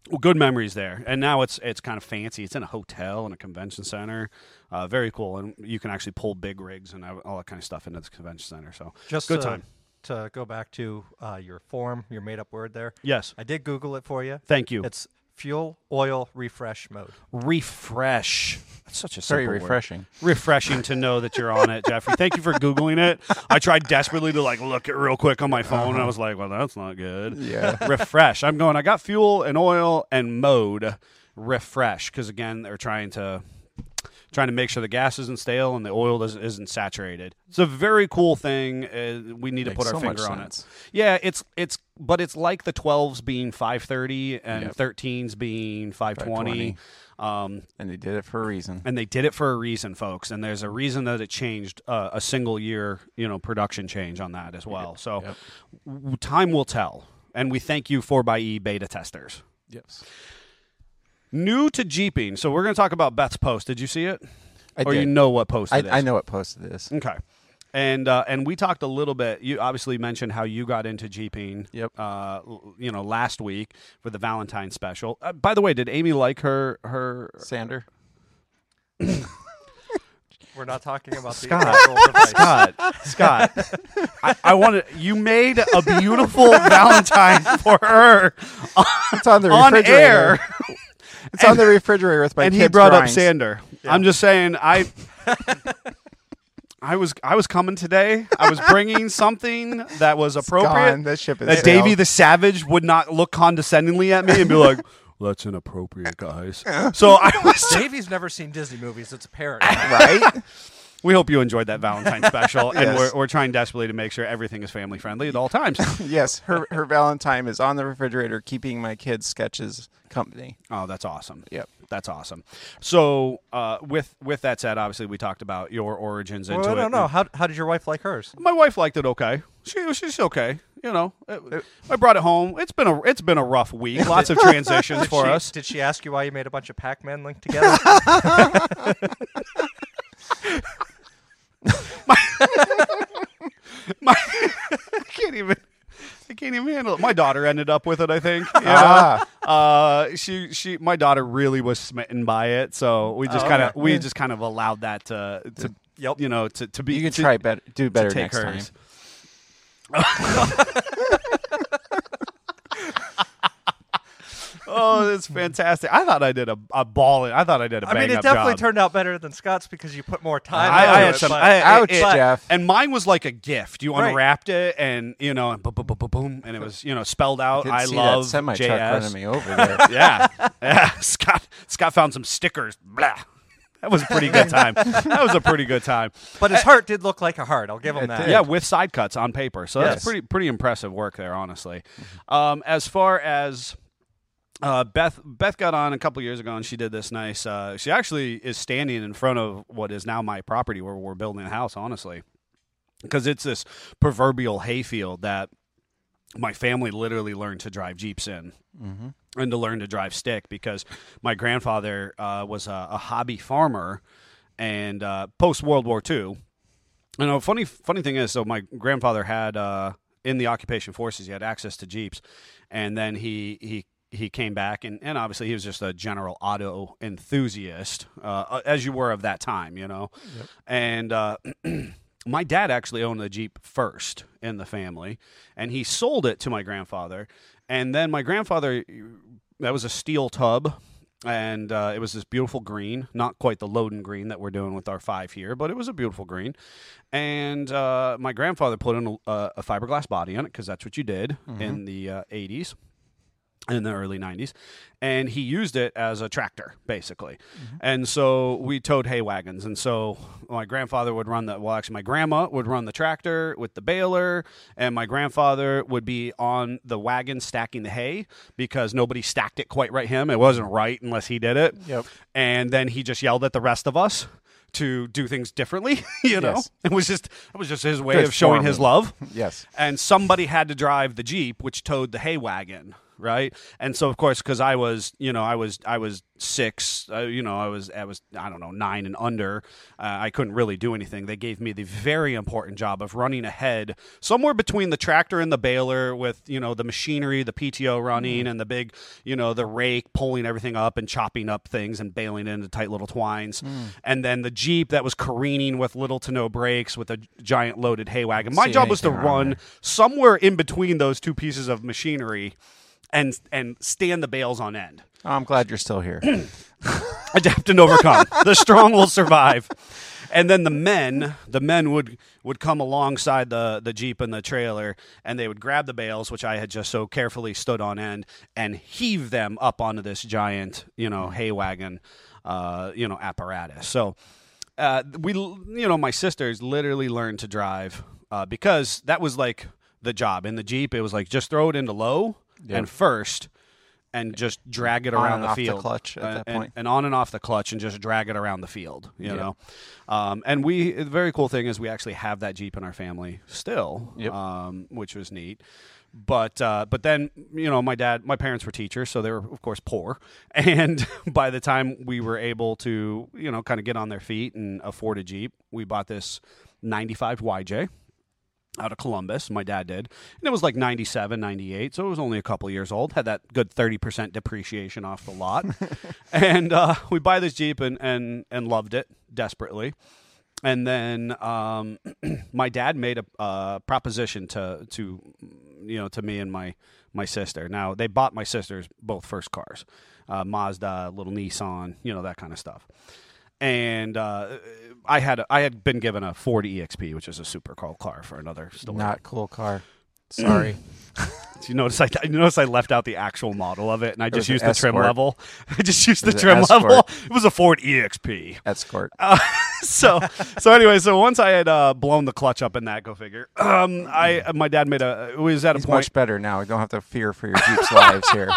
well, good memories there, and now it's it's kind of fancy. It's in a hotel and a convention center, uh, very cool, and you can actually pull big rigs and all that kind of stuff into the convention center. So
Just uh,
good
to,
time.
to go back to uh, your form, your made up word there.
Yes,
I did Google it for you.
thank you.
It's fuel oil refresh mode.
refresh. That's such a
Very
simple word.
refreshing.
refreshing to know that you're on it, Jeffrey. Thank you for googling it. I tried desperately to like look it real quick on my phone, and I was like, "Well, that's not good."
Uh-huh. Yeah.
refresh. I'm going. I got fuel and oil and mode refresh because again, they're trying to trying to make sure the gas isn't stale and the oil isn't, isn't saturated. It's a very cool thing. Uh, we need to
Makes
put our
so much
finger on it.
sense.
Yeah, it's it's but it's like the 12s being 530 and
Yep.
13s being 520.
520.
Um,
And they did it for a reason.
and they did it for a reason, folks. And there's a reason that it changed uh, a single year, you know, production change on that as well. So w- time will tell. And we thank you for by E beta testers.
Yes.
New to Jeeping. So we're going to talk about Beth's post. Did you see it?
I
or
did.
you know what post
I,
it is?
I know what posted this.
Okay. And uh, and we talked a little bit. You obviously mentioned how you got into jeeping.
Yep.
Uh, l- you know, last week for the Valentine special. Uh, by the way, did Amy like her her
Sander.
We're not talking about
Scott.
the actual device.
Scott, Scott, I, I wanted you made a beautiful Valentine for her
It's on the
on
refrigerator.
air,
It's on the refrigerator with my
and he
kids'
brought up
drawings.
Sander. I'm just saying, I, I was I was coming today. I was bringing something that was
Gone.
appropriate.
That ship is
that
sailed.
Davy the Savage would not look condescendingly at me and be like, "Well, "That's inappropriate, guys." So I was
Davey's never seen Disney movies. It's a parody.
right?
We hope you enjoyed that Valentine special, and
Yes.
we're, we're trying desperately to make sure everything is family friendly at all times.
yes, her her Valentine is on the refrigerator, keeping my kids' sketches company.
Oh, that's awesome.
Yep.
that's awesome. So, uh, with with that said, obviously we talked about your origins into
well, I
it.
don't know. How, how did your wife like hers?
My wife liked it okay. She she's okay. You know,
Uh,
It- I brought it home. It's been a it's been a rough week. Lots of transitions for
She-
us.
Did she ask you why you made a bunch of Pac-Man linked together?
little. My daughter ended up with it, I think. you know?
Ah.
Uh, she she my daughter really was smitten by it, so we just kind of we just kind of allowed that to to
Oh, Yep.
you know to to be
You can
to-
try better, do better
to take
next time.
hers. oh, that's fantastic! I thought I did a, a ball. I thought I did a
I mean, it
bang-up
definitely
job.
turned out better than Scott's because you put more time.
I,
into
I had
it,
some.
but-
I, I-
Ouch,
it-
Jeff.
And mine was like a gift. You
Right.
unwrapped it, and you know, and boom, boom, boom, boom, boom, and it was you know spelled out.
Didn't
I
see
love
that semi truck
JS.
running me over there.
Yeah, yeah. Scott Scott found some stickers. Blah. That was a pretty good time. that was a pretty good time.
but his heart did look like a heart. I'll give him that.
Yeah, with side cuts on paper. So that's
Yes.
pretty pretty impressive work there, honestly. Um, as far as uh, Beth Beth got on a couple years ago and she did this nice. Uh, she actually is standing in front of what is now my property where we're building a house. Honestly, because it's this proverbial hayfield that my family literally learned to drive jeeps in and to learn to drive stick because my grandfather uh, was a, a hobby farmer and uh, post World War II. You know, funny funny thing is, so my grandfather had uh, in the occupation forces, he had access to jeeps, and then he he he came back, and, and obviously he was just a general auto enthusiast, uh, as you were of that time, you know, and. Uh, My dad actually owned the Jeep first in the family, and he sold it to my grandfather. And then my grandfather that was a steel tub and uh, it was this beautiful green not quite the loden green that we're doing with our five here but it was a beautiful green and uh, my grandfather put in a, a fiberglass body on it because that's what you did in the uh, 80s in the early 90s and he used it as a tractor basically
Mm-hmm.
and so we towed hay wagons and so my grandfather would run the well actually my grandma would run the tractor with the baler and my grandfather would be on the wagon stacking the hay because nobody stacked it quite right him it wasn't right unless he did it
Yep.
and then he just yelled at the rest of us to do things differently you know
Yes.
it was just it was just his way
Good
of showing his
farming.
love
Yes.
and somebody had to drive the jeep which towed the hay wagon right and so of course because i was you know i was i was six uh, you know i was i was i don't know nine and under uh, i couldn't really do anything they gave me the very important job of running ahead somewhere between the tractor and the baler with you know the machinery the pto running and the big you know the rake pulling everything up and chopping up things and baling it into tight little twines and then the jeep that was careening with little to no brakes with a giant loaded hay wagon my
see
job was to
anything wrong
run somewhere in between those two pieces of machinery and and stand the bales on end.
Oh, I'm glad you're still here.
Adapt and overcome. the strong will survive. And then the men, the men would would come alongside the the jeep and the trailer, and they would grab the bales, which I had just so carefully stood on end, and heave them up onto this giant, you know, hay wagon, uh, you know, apparatus. So uh, we, l- you know, my sisters literally learned to drive uh, because that was like the job in the jeep. It was like just throw it into low and first, and just drag it
On
around
and
the
off the
field,
clutch at
Uh,
that
and-
point.
and on and off the clutch and just drag it around the field, you know. Um, and we, the very cool thing is we actually have that Jeep in our family still,
Yep.
um, which was neat. But uh, but then you know my dad, my parents were teachers, so they were of course poor. And by the time we were able to you know kind of get on their feet and afford a Jeep, we bought this '95 YJ out of Columbus. My dad did. And it was like 97, 98. So it was only a couple years old. Had that good 30% depreciation off the lot. and uh, we buy this Jeep and, and, and loved it desperately. And then um, my dad made a uh, proposition to, to, you know, to me and my, my sister. Now, they bought my sisters both first cars uh, Mazda, little Nissan, you know, that kind of stuff and uh, I had I had been given a Ford EXP, which is a super cool car for another story.
Not cool car. Sorry.
you notice I you notice I left out the actual model of it, and I just
was
used
an
the trim
Escort.
level. I just used the
was an
trim
Escort.
level. It was a Ford E EXP.
Escort.
so so anyway, so once I had uh, blown the clutch up in that, go figure. Um, I my dad made a it was at a
It's
point.
much better now. I don't have to fear for your Jeep's lives here.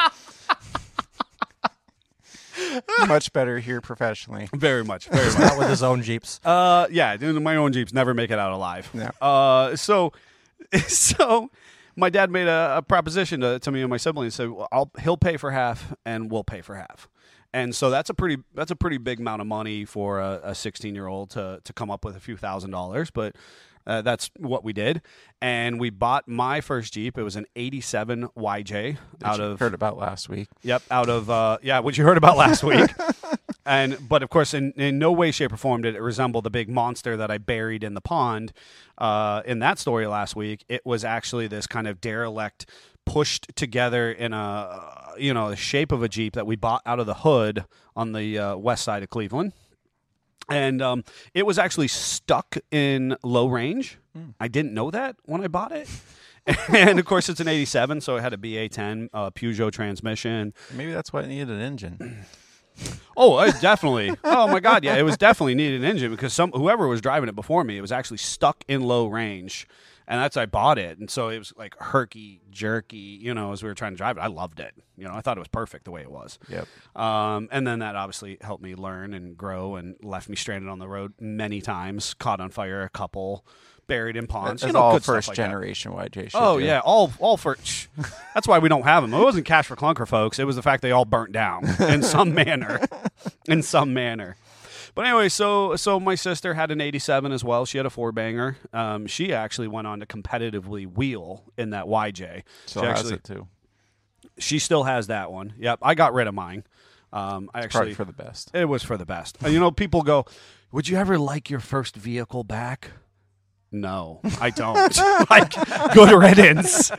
much better here professionally.
very much, very much.
Not with his own jeeps.
Uh, yeah, dude, my own jeeps never make it out alive.
Yeah.
Uh, so, so my dad made a, a proposition to, to me and my siblings. Said, well, I'll, he'll pay for half, and we'll pay for half. and so that's a pretty that's a pretty big amount of money for a, a 16 year old to to come up with a few thousand dollars, but. Uh, that's what we did, and we bought my first Jeep. It was an '87 YJ out
you
of
heard about last week.
Yep, out of uh, yeah, which you heard about last week. and but of course, in, in no way, shape, or form did it resemble the big monster that I buried in the pond uh, in that story last week. It was actually this kind of derelict, pushed together in a uh, you know the shape of a jeep that we bought out of the hood on the uh, west side of Cleveland and um, it was actually stuck in low range. I didn't know that when I bought it. and of course, it's an 87, so it had a BA10 uh, Peugeot transmission.
Maybe that's why it needed an engine.
Oh, it definitely. oh my God, yeah, it was definitely needed an engine because some whoever was driving it before me, it was actually stuck in low range, and that's I bought it, and so it was like herky jerky, you know, as we were trying to drive it. I loved it, you know, I thought it was perfect the way it was.
Yep.
Um, and then that obviously helped me learn and grow, and left me stranded on the road many times, caught on fire a couple, buried in ponds.
That's
you know,
all
good stuff
first
like that.
generation YJ. should
Oh
do.
yeah, all all for. shh. That's why we don't have them. It wasn't cash for clunker, folks. It was the fact they all burnt down in some manner, in some manner. But anyway, so so my sister had an '87 as well. She had a four banger. Um, she actually went on to competitively wheel in that YJ.
Still
she
has
actually
it too.
she still has that one. Yep, I got rid of mine. Um, I
Probably
actually
for the best.
it was for the best. You know, people go, "Would you ever like your first vehicle back?" No, I don't. like, good riddance.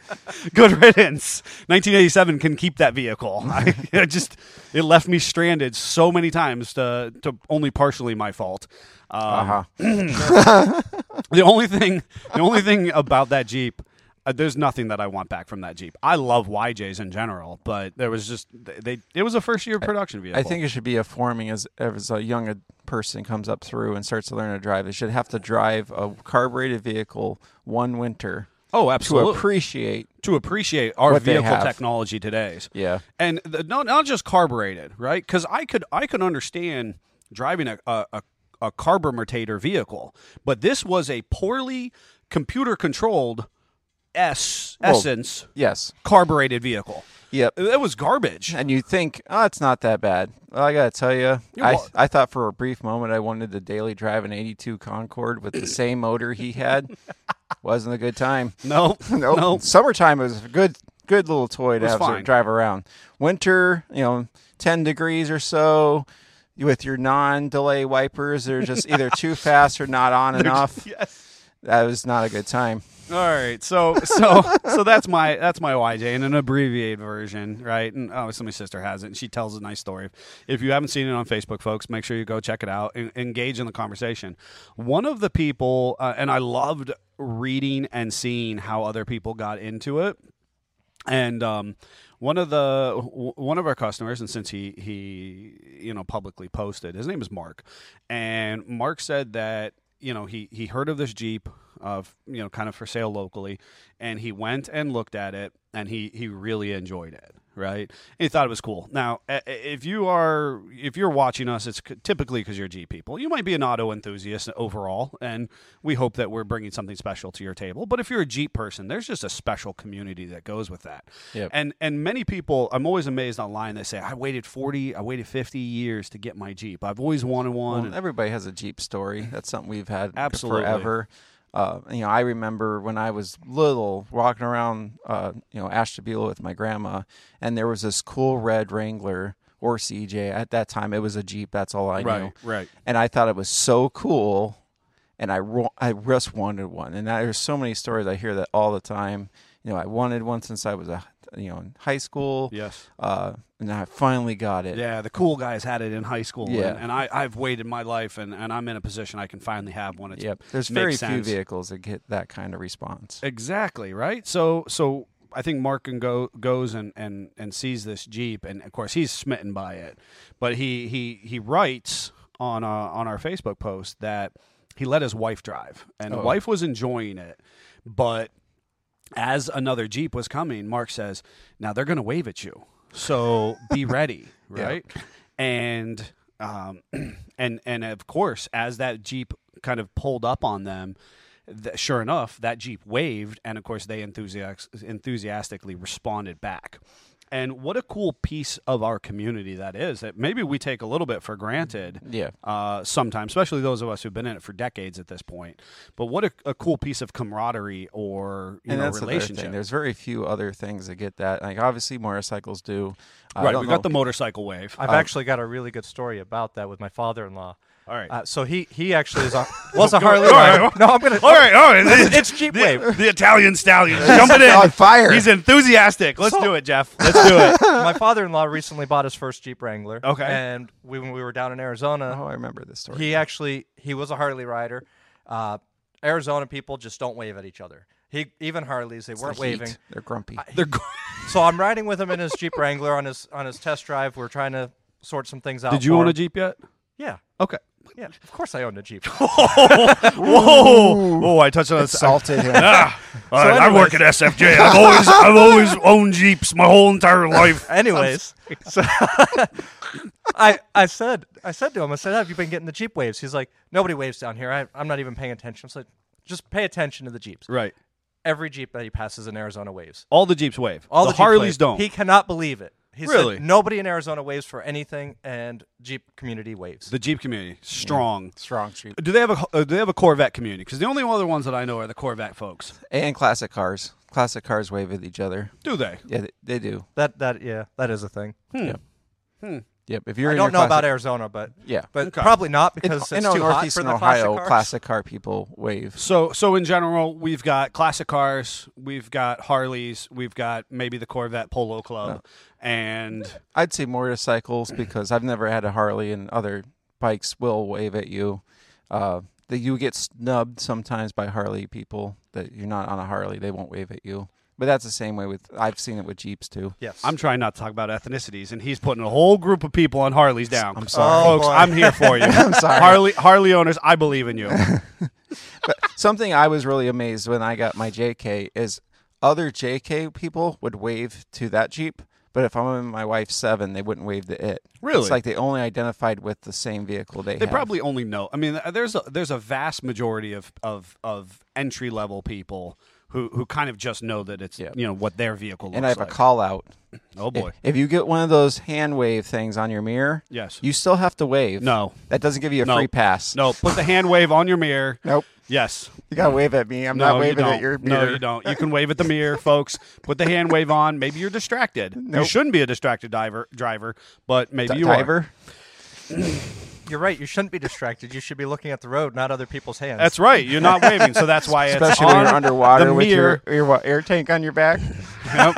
Good riddance. 1987 can keep that vehicle. I, I just it left me stranded so many times to to only partially my fault. Um,
Uh-huh.
the only thing, the only thing about that Jeep, uh, there's nothing that I want back from that Jeep. I love YJs in general, but there was just they. they it was a first year production vehicle.
I think it should be a forming as as a young ad- person comes up through and starts to learn to drive. They should have to drive a carbureted vehicle one winter
Oh,
to
absolutely.
appreciate.
to appreciate our
What they
vehicle
have.
technology today's.
Yeah.
and the, no, not just carbureted, right? Because I could I could understand driving a a, a a carburetor vehicle, but this was a poorly computer controlled S
Well-
essence
Yes.
carbureted vehicle.
Yep.
It was garbage.
And you think, oh, it's not that bad. Well, I gotta tell you,
Yeah,
I,
well-
I thought for a brief moment I wanted to daily drive an '82 Concorde with the same motor he had. Wasn't a good time.
No,
No,
no.
summertime was a good, good little toy to
was
have to
fine.
drive around. Winter, you know, ten degrees or so, with your non-delay wipers, they're just either too fast or not on enough. That was not a good time.
All right, so so so that's my that's my YJ in an abbreviated version, right? And obviously my sister has it, and she tells a nice story. If you haven't seen it on Facebook, folks, make sure you go check it out and engage in the conversation. One of the people, uh, and I loved reading and seeing how other people got into it and um, one of the w- one of our customers, and since he he you know publicly posted, his name is Mark, and Mark said that you know he he heard of this Jeep of you know kind of for sale locally, and he went and looked at it, and he he really enjoyed it. Right, he thought it was cool. Now, a- a- if you are if you're watching us, it's c- typically because you're Jeep people. You might be an auto enthusiast overall, and we hope that we're bringing something special to your table. But if you're a Jeep person, there's just a special community that goes with that.
Yep.
And and many people, I'm always amazed online. They say, "I waited 40, I waited 50 years to get my Jeep. I've always wanted one."
Well, everybody has a Jeep story. That's something we've had
Absolutely.
forever. Uh, you know, I remember when I was little walking around, uh, you know, Ashtabula with my grandma, and there was this cool red Wrangler or CJ. At that time, it was a Jeep. That's all I knew.
Right, right.
And I thought it was so cool, and I ro- I just wanted one. And there's so many stories I hear that all the time. You know, I wanted one since I was a you know in high school.
Yes.
Uh, and I finally got it.
Yeah, the cool guys had it in high school.
Yeah.
And, and I, I've waited my life, and, and I'm in a position I can finally have one. It's,
Yep. There's
makes
very few
sense.
vehicles that get that kind of response.
Exactly right. So so I think Mark and go goes and, and and sees this Jeep, and of course he's smitten by it. But he he he writes on uh, on our Facebook post that he let his wife drive, and the wife was enjoying it, but as another Jeep was coming, Mark says, "Now they're going to wave at you, so be ready, right?" And um, and and of course, as that Jeep kind of pulled up on them, th- sure enough, that Jeep waved, and of course, they enthusias- enthusiastically responded back. And what a cool piece of our community that is that maybe we take a little bit for granted
Yeah.
uh, sometimes, especially those of us who've been in it for decades at this point. But what a, a cool piece of camaraderie or you
and
know,
that's the other
relationship.
thing. There's very few other things that get that. Like obviously motorcycles do. I
right,
don't
we
know-
got the motorcycle wave. Uh,
I've actually got a really good story about that with my father-in-law.
All right.
Uh, so he he actually is a, was a Harley. rider. No, I'm gonna.
All right, all right.
It's Jeep
the,
Wave.
The Italian stallion jumping in
on fire.
He's enthusiastic. Let's do it, Jeff. Let's do it.
My father-in-law recently bought his first Jeep Wrangler.
Okay. Uh-huh.
And we, when we were down in Arizona,
Oh, I remember this story.
He actually he was a Harley rider. Uh, Arizona people just don't wave at each other. He even Harleys they weren't
The heat.
waving.
They're grumpy.
They're go-
So I'm riding with him in his Jeep Wrangler on his on his test drive. We're trying to sort some things out.
Did you
for
own a
him.
Jeep yet?
Yeah,
Okay.
yeah. Of course I owned a Jeep.
Whoa! Oh, I touched on this.
Salted him.
I, I work at SFJ. I've always, I've always owned Jeeps my whole entire life.
Anyways, so I I said I said to him I said Have you been getting the Jeep waves? He's like Nobody waves down here. I, I'm not even paying attention. I was like Just pay attention to the Jeeps.
Right.
Every Jeep that he passes in Arizona waves.
All the Jeeps wave.
All
the,
the, Jeep
Harleys
wave.
don't.
He cannot believe it. He said
Really?
nobody in Arizona waves for anything, and Jeep community waves.
the Jeep community strong.
Strong Jeep.
Do they have a uh, Do they have a Corvette community? Because the only other ones that I know are the Corvette folks.
And classic cars. Classic cars wave at each other.
Do they?
Yeah, they, they do.
that that yeah, that is a thing.
Yep. If you're
I
in
don't
your
know about
classic-
Arizona, but
Yeah.
but
Okay.
probably not
in,
because
in
it's too hot for
northeastern
the
Ohio,
classic cars.
classic car people wave.
So, so in general, we've got classic cars, we've got Harleys, we've got maybe the Corvette Polo Club, and
I'd say motorcycles because I've never had a Harley, and other bikes will wave at you. Uh, that you get snubbed sometimes by Harley people that you're not on a Harley, they won't wave at you. But that's the same way with I've seen it with Jeeps too.
Yes,
I'm trying not to talk about ethnicities, and he's putting a whole group of people on Harleys down. I'm
sorry. Oh,
folks.
boy.
I'm here for you. I'm sorry, Harley Harley owners. I believe in you.
Something I was really amazed when I got my JK is other JK people would wave to that Jeep, but if I'm in my wife's seven, they wouldn't wave to it.
Really?
It's like they only identified with the same vehicle they,
They
have.
probably only know. I mean, there's a there's a vast majority of of, of entry level people who who kind of just know that it's
Yeah.
you know what their vehicle looks
and I have
like.
a call out.
oh boy,
If you get one of those hand wave things on your mirror,
Yes.
you still have to wave.
No.
that doesn't give you a
No.
free pass.
no, put the hand wave on your mirror.
Nope.
Yes.
you gotta wave at me. I'm not
you
waving
don't.
at your mirror.
No, you don't. You can wave at the mirror, folks. Put the hand wave on. Maybe you're distracted. You shouldn't be a distracted diver, driver, but maybe
D-
you
diver.
are.
you're right. You shouldn't be distracted. You should be looking at the road, not other people's hands.
That's right. You're not waving, so that's why it's
Especially when
on
you're underwater
the
with
mirror.
your, your what, air tank on your back.
Yep.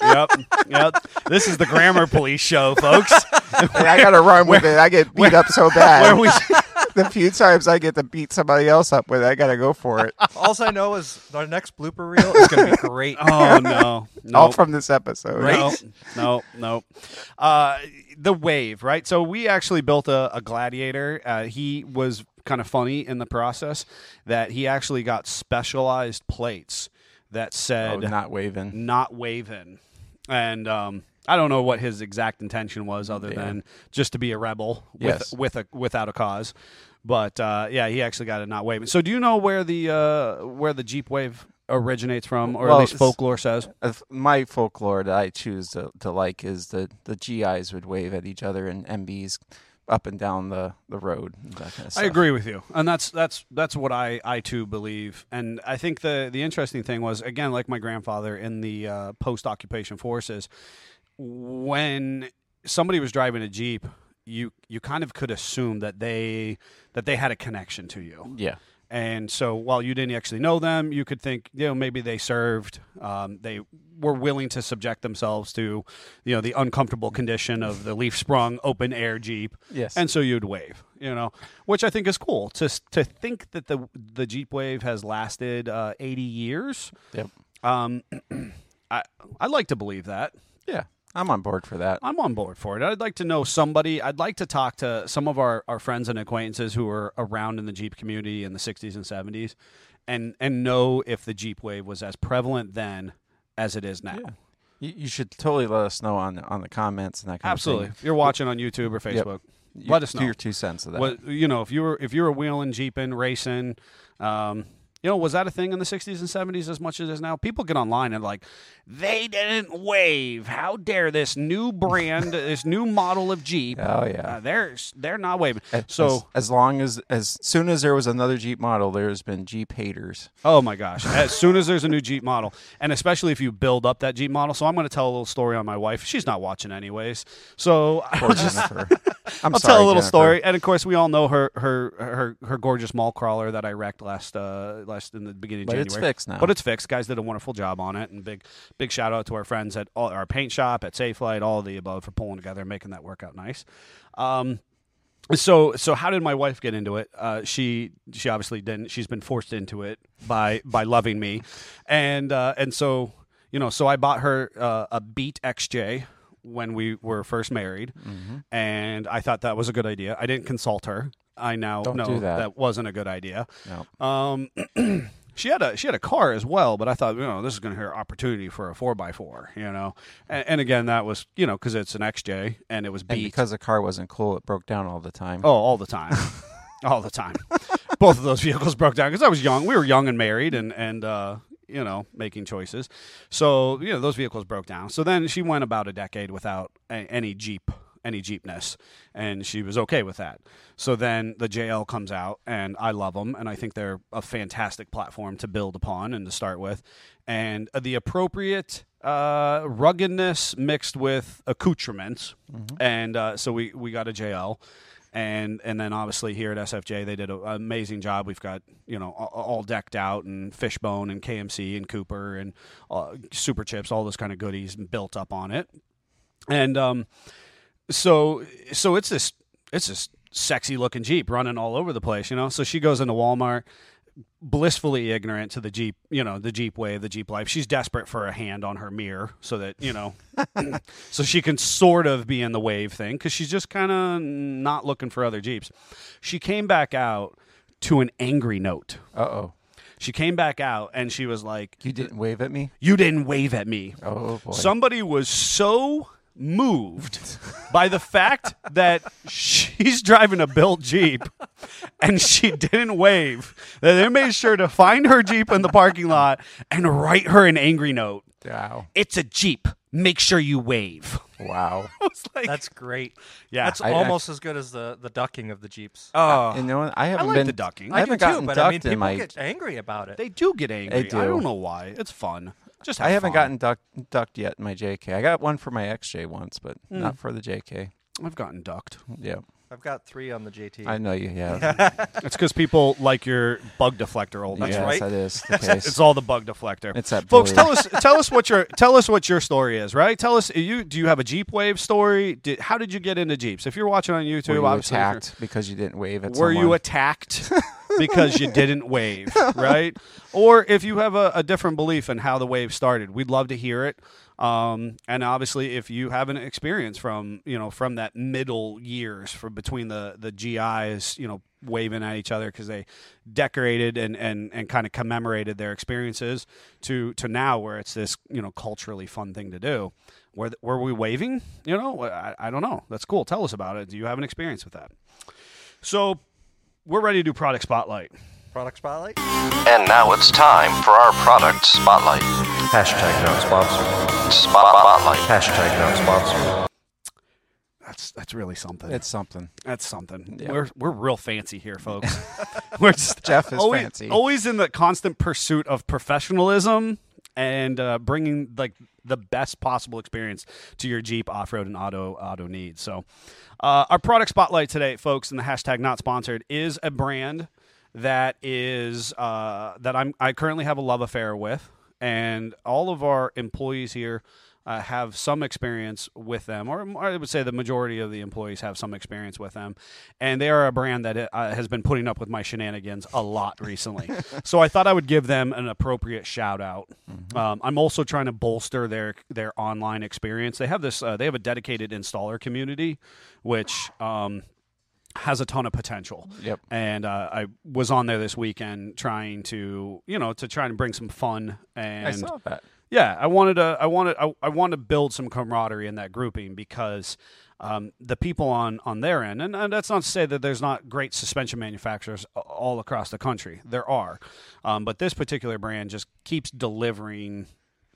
yep. Yep. This is the grammar police show, folks.
And I gotta run with it. I get beat up so bad.
Where we
the few times I get to beat somebody else up with, it, I gotta go for it.
All I know is our next blooper reel is going to be great.
Oh no. No.
All from this episode.
No, no, no. Uh, the wave, right? So we actually built a, a gladiator. Uh, he was kind of funny in the process that he actually got specialized plates that
Oh,
said
not waving.
not waving. And um, I don't know what his exact intention was, other than just to be a rebel
Yes.
with with a without a cause. But uh, yeah, he actually got it not waving. So do you know where the uh, where the Jeep wave originates from, or
Well,
at least
it's-
folklore says?
Uh, f- My folklore that I choose to, to like is that the GIs would wave at each other and MBs up and down the, the road. and that kinda stuff.
I agree with you, and that's that's that's what I I too believe, and I think the the interesting thing was again like my grandfather in the uh, post occupation forces, when somebody was driving a jeep, you you kind of could assume that they that they had a connection to you,
Yeah.
and so while you didn't actually know them, you could think, you know, maybe they served, um, they were willing to subject themselves to, you know, the uncomfortable condition of the leaf sprung open air Jeep.
Yes.
And so you'd wave, you know, which I think is cool to, s- to think that the, the Jeep wave has lasted uh, 80 years.
Yep.
Um, I, I'd like to believe that.
Yeah. I'm on board for that.
I'm on board for it. I'd like to know somebody. I'd like to talk to some of our, our friends and acquaintances who were around in the Jeep community in the 60s and 70s and, and know if the Jeep wave was as prevalent then as it is now.
You, you should totally let us know on on the comments and that kind
Absolutely.
of
If you're watching on YouTube or
Yep.
Facebook,
thing. You-
let us
do
know.
your two cents of that.
What, you know, if you were if you were wheeling, jeeping, racing, um, You know, was that a thing in the 60s and 70s as much as it is now? People get online and like, they didn't wave. How dare this new brand, this new model of Jeep?
Oh, yeah.
uh, they're they're not waving.
As- as,
So,
as long as as soon as there was another Jeep model, there's been Jeep haters.
oh my gosh! As soon as there's a new Jeep model, and especially if you build up that Jeep model. So I'm going to tell a little story on my wife. She's not watching anyways. So
Poor Jennifer. I'm
I'll
sorry,
tell a little
Jennifer.
story, and of course, we all know her her her her gorgeous mall crawler that I wrecked last uh last in the beginning of
But
January.
it's fixed now.
But it's fixed. Guys did a wonderful job on it, and big big shout out to our friends at all, our paint shop at Safe Light, all of the above for pulling together and making that work out nice. Um, so so how did my wife get into it? Uh, she she obviously didn't. She's been forced into it by by loving me, and uh, and so you know so I bought her uh, a Beat XJ when we were first married,
Mm-hmm.
and I thought that was a good idea. I didn't consult her. I now
Don't
know
do that.
wasn't a good idea.
No.
Um, she had a she had a car as well, but I thought you know this is going to be her opportunity for a four x four, you know. And, and again, that was you know because it's an XJ and it was
And
beat.
because the car wasn't cool, it broke down all the time.
Oh, all the time. all the time. Both of those vehicles broke down because I was young. We were young and married and, and uh, you know, making choices. So, you know, those vehicles broke down. So then she went about a decade without a- any Jeep, any Jeepness, and she was okay with that. So then the JL comes out, and I love them, and I think they're a fantastic platform to build upon and to start with. And uh, the appropriate uh, ruggedness mixed with accoutrements. And uh, so we, we got a JL and and then obviously here at SFJ they did a- an amazing job. We've got you know all, all decked out and Fishbone and KMC and Cooper and uh, Super Chips, all those kind of goodies built up on it, and um, so so it's this it's this sexy looking Jeep running all over the place, you know. So she goes into Walmart blissfully ignorant to the Jeep, you know, the Jeep way of the Jeep life. She's desperate for a hand on her mirror so that, you know, so she can sort of be in the wave thing because she's just kind of not looking for other Jeeps. She came back out to an angry note.
Uh oh.
She came back out and she was like,
You didn't wave at me?
You didn't wave at me.
Oh boy.
Somebody was so moved by the fact that she's driving a built Jeep and she didn't wave that they made sure to find her Jeep in the parking lot and write her an angry note.
wow.
It's a Jeep. Make sure you wave.
Wow.
I was like,
That's great.
Yeah.
that's
I- I-
almost as good as the the ducking of the jeeps.
oh,
And no, I haven't
like
been
the ducking.
I
I
haven't
do
gotten
too, but
ducked
I mean, people
in my.
get angry about it.
they do get angry.
They do.
I don't know why. It's fun. Just have
I
fun.
haven't gotten ducked ducked yet in my JK. I got one for my XJ once, but not for the JK.
I've gotten ducked.
Yeah,
I've got three on the JT.
I know you have.
It's because people like your bug deflector old.
yes,
man.
right.
that is the case.
It's all the bug deflector.
It's that
folks.
blue.
Tell us, tell us what your tell us what your story is. Right? Tell us you do you have a Jeep Wave story? Did, how did you get into Jeeps? If you're watching on YouTube,
Were you
obviously, if you're-
attacked because you didn't wave at
were you
someone?
attacked because you didn't wave? Right? Or if you have a, a different belief in how the wave started, we'd love to hear it. Um, and obviously, if you have an experience from you know from that middle years from between the the GIs, you know waving at each other because they decorated and and and kind of commemorated their experiences to to now where it's this you know culturally fun thing to do. Were, th- were we waving? You know, I, I don't know. That's cool. Tell us about it. Do you have an experience with that? So we're ready to do product spotlight.
Product spotlight.
And now it's time for our product spotlight.
Hashtag not sponsored.
Spotlight.
Hashtag not sponsored.
That's that's really something.
It's something.
that's something.
Yeah.
We're we're real fancy here, folks. we're just
Jeff is
always,
fancy.
always in the constant pursuit of professionalism and uh, bringing like the best possible experience to your Jeep off-road and auto auto needs. So, uh, our product spotlight today, folks, and the hashtag not sponsored is a brand that is uh, that I'm I currently have a love affair with, and all of our employees here. Uh, have some experience with them, or I would say the majority of the employees have some experience with them, and they are a brand that uh, has been putting up with my shenanigans a lot recently. so I thought I would give them an appropriate shout out. Um, I'm also trying to bolster their their online experience. They have this. Uh, they have a dedicated installer community, which. Um, has a ton of potential.
Yep.
And uh, I was on there this weekend trying to, you know, to try and bring some fun and
I saw that.
yeah, I wanted to. I wanted. I, I wanted to build some camaraderie in that grouping because um, the people on on their end, and, and that's not to say that there's not great suspension manufacturers a- all across the country. There are, um, but this particular brand just keeps delivering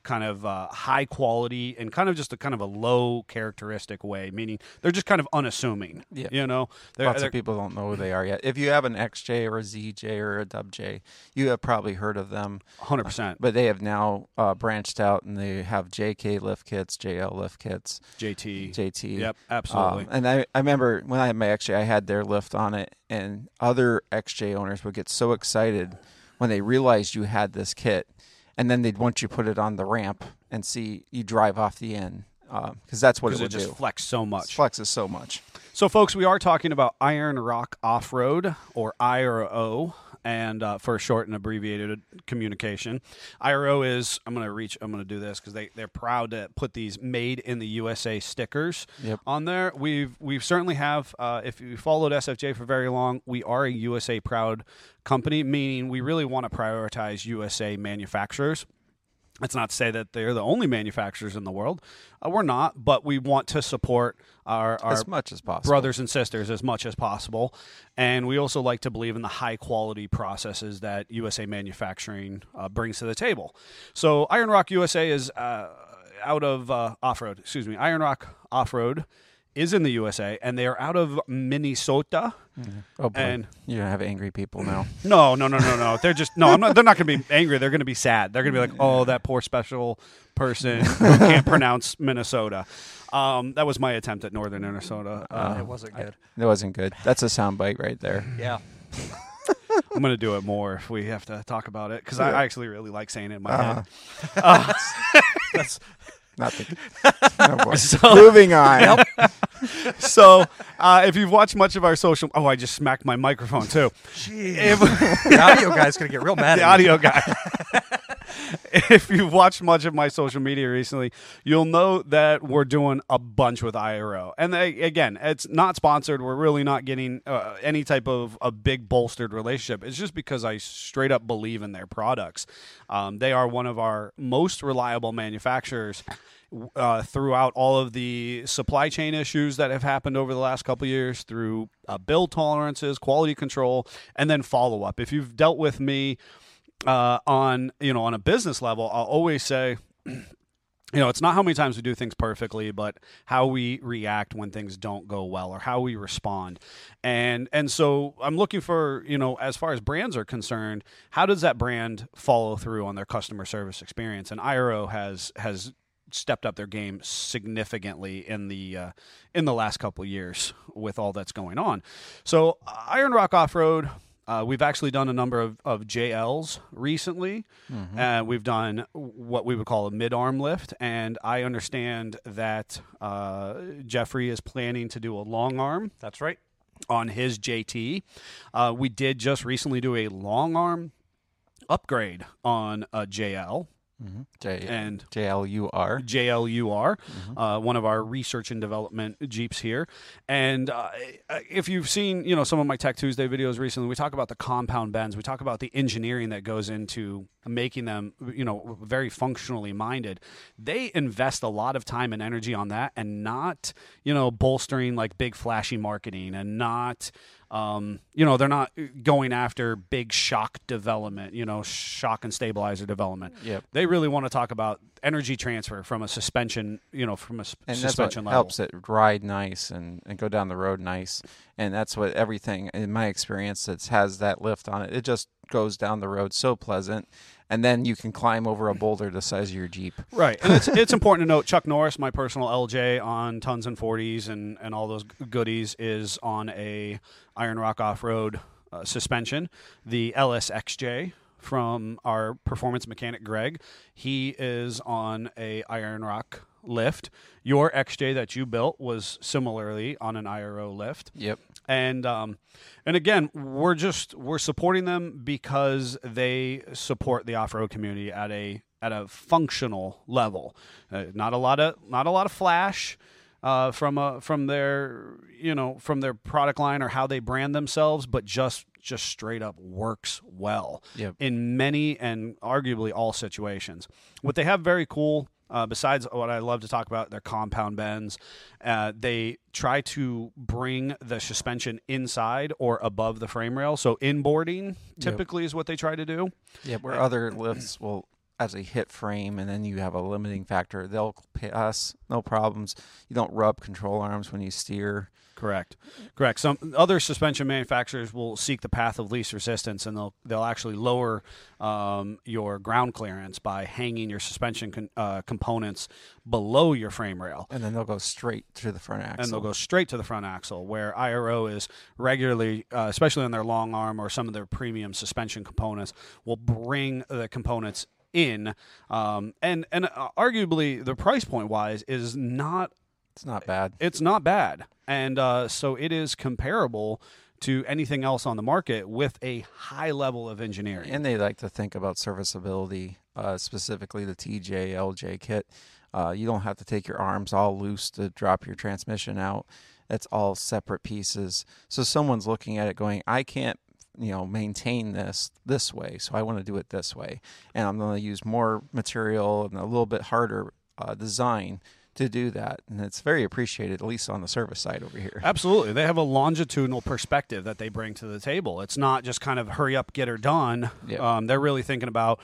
kind of uh, high quality and kind of just a kind of a low characteristic way, meaning they're just kind of unassuming.
Yeah.
You know, they're,
Lots
they're-
of people don't know who they are yet. If you have an XJ or a ZJ or a WJ, you have probably heard of them.
100%.
But they have now uh, branched out and they have JK lift kits, JL lift kits,
JT.
JT.
Yep, absolutely.
Um, and I, I remember when I had my XJ, I had their lift on it, and other XJ owners would get so excited when they realized you had this kit, and then they'd want you to put it on the ramp and see you drive off the end because that's what it
because
would
it just
do.
flex so much.
flexes so much.
So, folks, we are talking about Iron Rock Off Road or IRO, and uh, for a short and abbreviated communication, IRO is I'm going to reach. I'm going to do this because they they're proud to put these made in the USA stickers
Yep.
on there. We've we've certainly have. Uh, if you followed SFJ for very long, we are a USA proud company, meaning we really want to prioritize USA manufacturers. That's not to say that they're the only manufacturers in the world. Uh, we're not, but we want to support our, our
As much as possible.
brothers and sisters as much as possible. And we also like to believe in the high quality processes that USA Manufacturing uh, brings to the table. So Iron Rock USA is uh, out of uh, off road, excuse me, Iron Rock Off Road is in the USA and they are out of Minnesota.
Oh, boy.
And-
you have angry people now.
No, no, no, no, no. They're just no. I'm not, they're not going to be angry. They're going to be sad. They're going to be like, "Oh, that poor special person who can't pronounce Minnesota." Um, that was my attempt at Northern Minnesota. Uh,
it wasn't good.
That wasn't good. That's a soundbite right there.
yeah.
I'm going to do it more if we have to talk about it because I actually really like saying it in my head.
Not the. Oh, boy. Moving on.
So, uh, if you've watched much of our social, oh, I just smacked my microphone too.
the audio guy's gonna get real mad.
the
at me.
audio guy. if you've watched much of my social media recently, you'll know that we're doing a bunch with IRO. And they, again, it's not sponsored. We're really not getting uh, any type of a big bolstered relationship. It's just because I straight up believe in their products. Um, they are one of our most reliable manufacturers. Uh, throughout all of the supply chain issues that have happened over the last couple years, through uh, build tolerances, quality control, and then follow up. If you've dealt with me uh, on you know on a business level, I'll always say, you know, it's not how many times we do things perfectly, but how we react when things don't go well or how we respond. And and so I'm looking for you know as far as brands are concerned, how does that brand follow through on their customer service experience? And IRO has has stepped up their game significantly in the uh, in the last couple of years with all that's going on. So uh, Iron Rock Off Road. Uh, we've actually done a number of, of JLs recently.
Mm-hmm.
Uh, we've done what we would call a mid arm lift, and I understand that uh, Jeffrey is planning to do a long arm
That's right.
on his JT. Uh, we did just recently do a long arm upgrade on a JL.
J-
And-
JLUR.
JLUR, uh, one of our research and development jeeps here. And uh, if you've seen, you know, some of my Tech Tuesday videos recently, we talk about the compound bends. We talk about the engineering that goes into making them, you know, very functionally minded. They invest a lot of time and energy on that, and not, you know, bolstering like big flashy marketing and not. Um, you know, they're not going after big shock development, you know, shock and stabilizer development.
Yep.
They really want to talk about energy transfer from a suspension, you know, from a s-
And that's what
suspension level.
helps it ride nice and, and go down the road nice. And that's what everything, in my experience, that has that lift on it, it just goes down the road so pleasant. And then you can climb over a boulder the size of your Jeep.
Right. And it's, it's important to note Chuck Norris, my personal LJ on tons and 40s and, and all those goodies, is on a Iron Rock off road uh, suspension. The LSXJ from our performance mechanic Greg, he is on a Iron Rock lift. Your XJ that you built was similarly on an IRO lift.
Yep.
and um, and again, we're just we're supporting them because they support the off road community at a at a functional level. Uh, not a lot of not a lot of flash uh, from a, from their you know from their product line or how they brand themselves, but just just straight up works well
Yep.
in many and arguably all situations. What they have very cool Uh, besides what I love to talk about, their compound bends. Uh, they try to bring the suspension inside or above the frame rail. So inboarding typically is what they try to do.
Yeah, where other lifts will actually hit frame, and then you have a limiting factor. They'll pass, no problems. You don't rub control arms when you steer.
Correct. Correct. Some other suspension manufacturers will seek the path of least resistance, and they'll they'll actually lower um, your ground clearance by hanging your suspension con- uh, components below your frame rail.
And then they'll go straight to the front axle.
And they'll go straight to the front axle, where IRO is regularly, uh, especially on their long arm or some of their premium suspension components, will bring the components in. Um, and and uh, arguably, the price point wise is not
It's not bad.
it's not bad, and uh, so it is comparable to anything else on the market with a high level of engineering.
and they like to think about serviceability, uh, specifically the TJ LJ kit. Uh, you don't have to take your arms all loose to drop your transmission out. That's all separate pieces. So someone's looking at it going, I can't, you know, maintain this this way. So I want to do it this way, and I'm going to use more material and a little bit harder uh, design to do that. And it's very appreciated, at least on the service side over here.
Absolutely, they have a longitudinal perspective that they bring to the table. It's not just kind of hurry up, get her done.
Yeah.
Um, they're really thinking about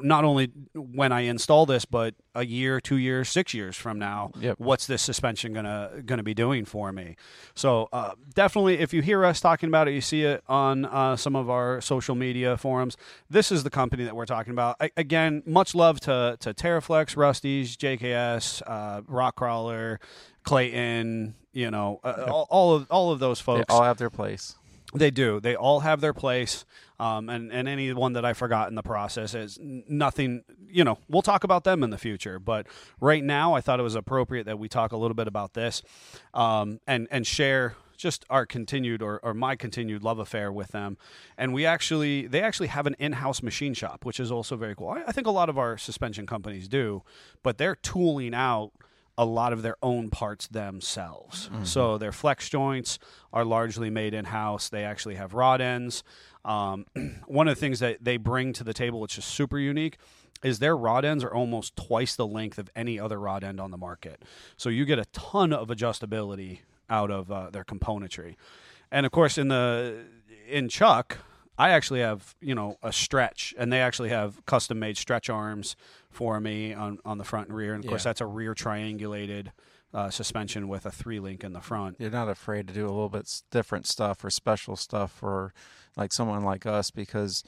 not only when I install this, but a year, two years, six years from now,
Yep.
what's this suspension gonna gonna be doing for me? So uh, definitely, if you hear us talking about it, you see it on uh, some of our social media forums. This is the company that we're talking about. I, again, much love to to Terraflex, Rusty's, JKS, uh, Rockcrawler, Clayton. You know, uh, all, all of all of those
They
folks.
all have their place.
They do. They all have their place, um, and and any one that I forgot in the process is n- nothing. You know, we'll talk about them in the future, but right now I thought it was appropriate that we talk a little bit about this, um, and and share just our continued or, or my continued love affair with them and we actually they actually have an in-house machine shop which is also very cool i, I think a lot of our suspension companies do but they're tooling out a lot of their own parts themselves. So their flex joints are largely made in house. They actually have rod ends. Um, one of the things that they bring to the table, which is super unique, is their rod ends are almost twice the length of any other rod end on the market. So you get a ton of adjustability out of uh, their componentry. And of course, in the in Chuck, I actually have you know a stretch, and they actually have custom made stretch arms for me on on the front and rear. And of course, that's a rear triangulated uh, suspension with a three link in the front.
they're not afraid to do a little bit s- different stuff or special stuff for like someone like us because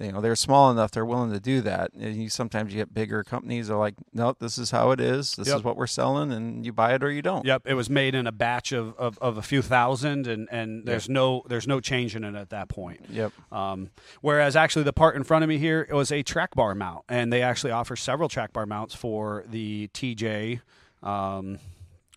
you know they're small enough they're willing to do that and you sometimes you get bigger companies that are like nope this is how it is this
Yep.
is what we're selling and you buy it or you don't
Yep, it was made in a batch of, of, of a few thousand, and, and there's no there's no change in it at that point.
Yep.
Um, whereas actually the part in front of me here it was a track bar mount, and they actually offer several track bar mounts for the TJ, um,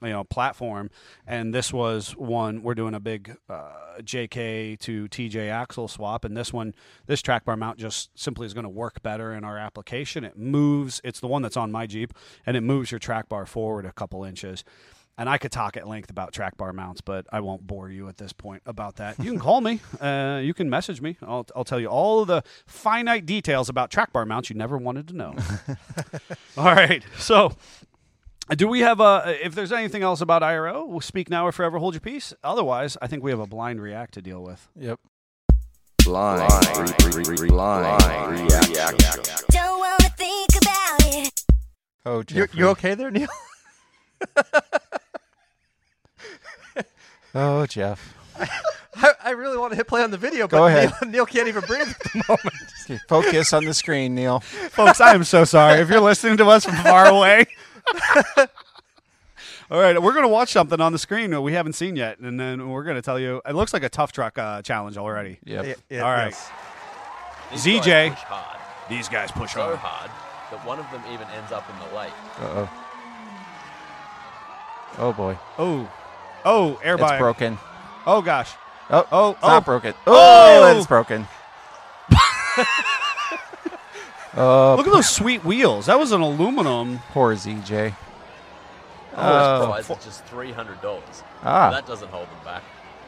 you know, platform. And this was one we're doing a big uh, JK to TJ axle swap, and this one this track bar mount just simply is going to work better in our application. It moves. It's the one that's on my Jeep, and it moves your track bar forward a couple inches. And I could talk at length about track bar mounts, but I won't bore you at this point about that. You can call me. Uh, you can message me. I'll, I'll tell you all of the finite details about track bar mounts you never wanted to know. all right. So, do we have a. If there's anything else about IRO, we'll speak now or forever hold your peace. Otherwise, I think we have a blind react to deal with.
yep
Blind, blind reaction.
Don't wanna think about it.
oh
You,
jeffrey
you okay there, Neil?
oh jeff
I, I really want to hit play on the video, but
Go ahead.
Neil, Neil can't even breathe at the moment.
Okay, focus on the screen neil
Folks, I am so sorry. If you're listening to us from far away. All right, we're going to watch something on the screen that we haven't seen yet, and then we're going to tell you. It looks like a tough truck uh, challenge already.
yep
Yeah, yeah,
All right.
yes.
ZJ. These guys push
so
hard.
hard that one of them even ends up in the lake.
uh-oh oh boy
Oh, oh, air
it's
by.
broken
Oh gosh.
oh
Oh,
it's not
oh.
broken
Oh!
oh it's broken oh
Look at those sweet wheels. That was an aluminum.
poor zj
Oh,
Oh.
prize is just three hundred dollars.
Ah.
that doesn't hold them back.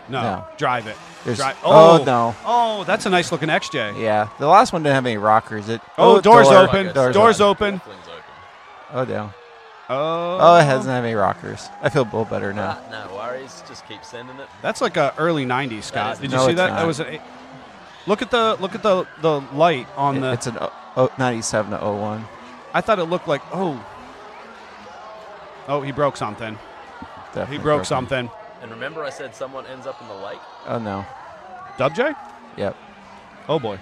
No,
No.
drive it.
There's-
Drive-
oh, no.
Oh, that's a nice looking XJ.
Yeah, the last one didn't have any rockers. It
Oh, doors
door.
open.
Like I
Doors
said,
open.
Brooklyn's open.
Oh, down.
Oh,
Oh, it doesn't have any rockers. I feel a little better now.
Ah, no worries. Just keep sending it.
That's like a early '90s, Scott.
is-
Did you
No,
see
it's
that? That
not.
was. A, look at the look at the the light on
It-
the.
it's an o- o- 97 to 01.
I thought it looked like oh. Oh, he broke something.
Definitely
he broke
broken.
something.
And remember, I said someone ends up in the lake.
Oh, no.
Dub J?
Yep.
Oh boy.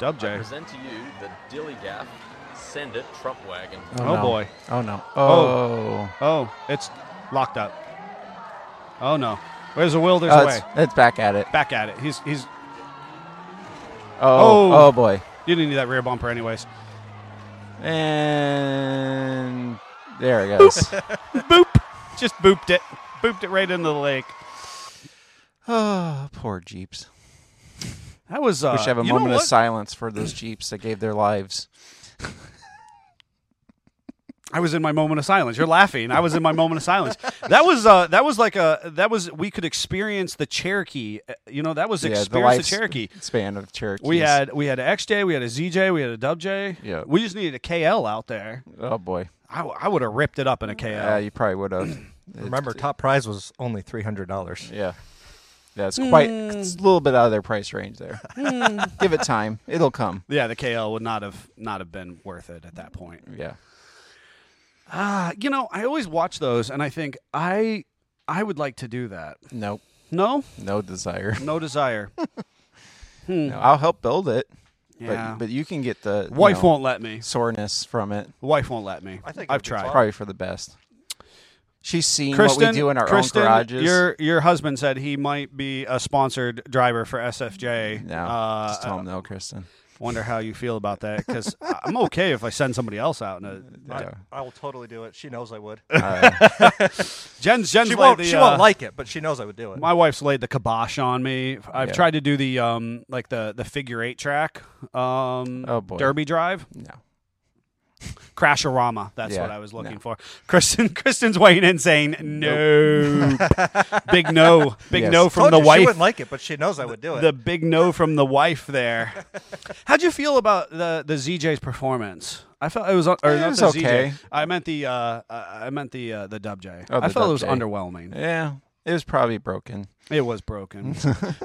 Dub
I
J.
present to you the dilly gaff. Send it, Trump wagon.
Oh, boy.
Oh, no.
Oh.
Oh.
Oh, it's locked up. Oh no. Where's the will? There's
Oh,
a way.
it's, it's back at it.
Back at it. He's he's.
Oh,
Oh.
oh, boy.
You didn't need that rear bumper, anyways.
And there it goes.
Just booped it. Booped it right into the lake.
oh, poor Jeeps.
That was. Uh,
we should have a
you know
moment of
what?
silence for those Jeeps that gave their lives.
I was in my moment of silence. You're laughing. I was in my moment of silence. That was uh, that was like a that was we could experience the Cherokee. uh, You know that was experience the, Cherokee.
Span of Cherokee.
We had we had a XJ, we had a ZJ, we had a WJ.
Yeah.
We just needed a KL out there.
Oh, boy.
I, w- I would have ripped it up in a
Yeah,
KL.
you probably would have.
Remember, top prize was only three hundred dollars.
Yeah. Yeah, it's quite
Mm.
it's a little bit out of their price range there. Give it time. It'll come.
Yeah, the KL would not have not have been worth it at that point.
Yeah.
Uh, you know, I always watch those and I think I I would like to do that.
Nope.
No,
No desire.
no desire.
No, I'll help build it.
Yeah.
But but you can get the you
Wife
know,
won't let me.
soreness from it.
Wife won't let me. I
think it
I've
would be
tried.
Probably for the best. She's seen
Kristen,
what we do in our
Kristen,
own garages.
Your your husband said he might be a sponsored driver for SFJ.
no.
Uh,
just tell
I
him no, Kristen.
wonder how you feel about that because I'm okay if I send somebody else out. In a,
Yeah.
I will totally do it. She knows I would.
Uh,
Jen's Jen's
she
laid
won't.
the,
she
uh,
won't like it, but she knows I would do it.
My wife's laid the kibosh on me. I've
Yeah.
tried to do the um like the the figure eight track um
Oh, boy.
derby drive.
No.
Crasharama. That's
Yeah,
what I was looking
no.
for. Kristen Kristen's weighing in saying no. big no. Big
Yes.
no from
Told
the
you She
wife.
wouldn't like it, but she knows I would do it.
The big no from the wife there. How'd you feel about the the ZJ's performance? I felt it was or
Eh, it
not
was
the
okay.
ZJ. I meant the uh, uh, I meant the uh, the Dub J. I
Oh, the
felt it was
Dub J.
underwhelming.
Yeah. It was probably broken.
It was broken.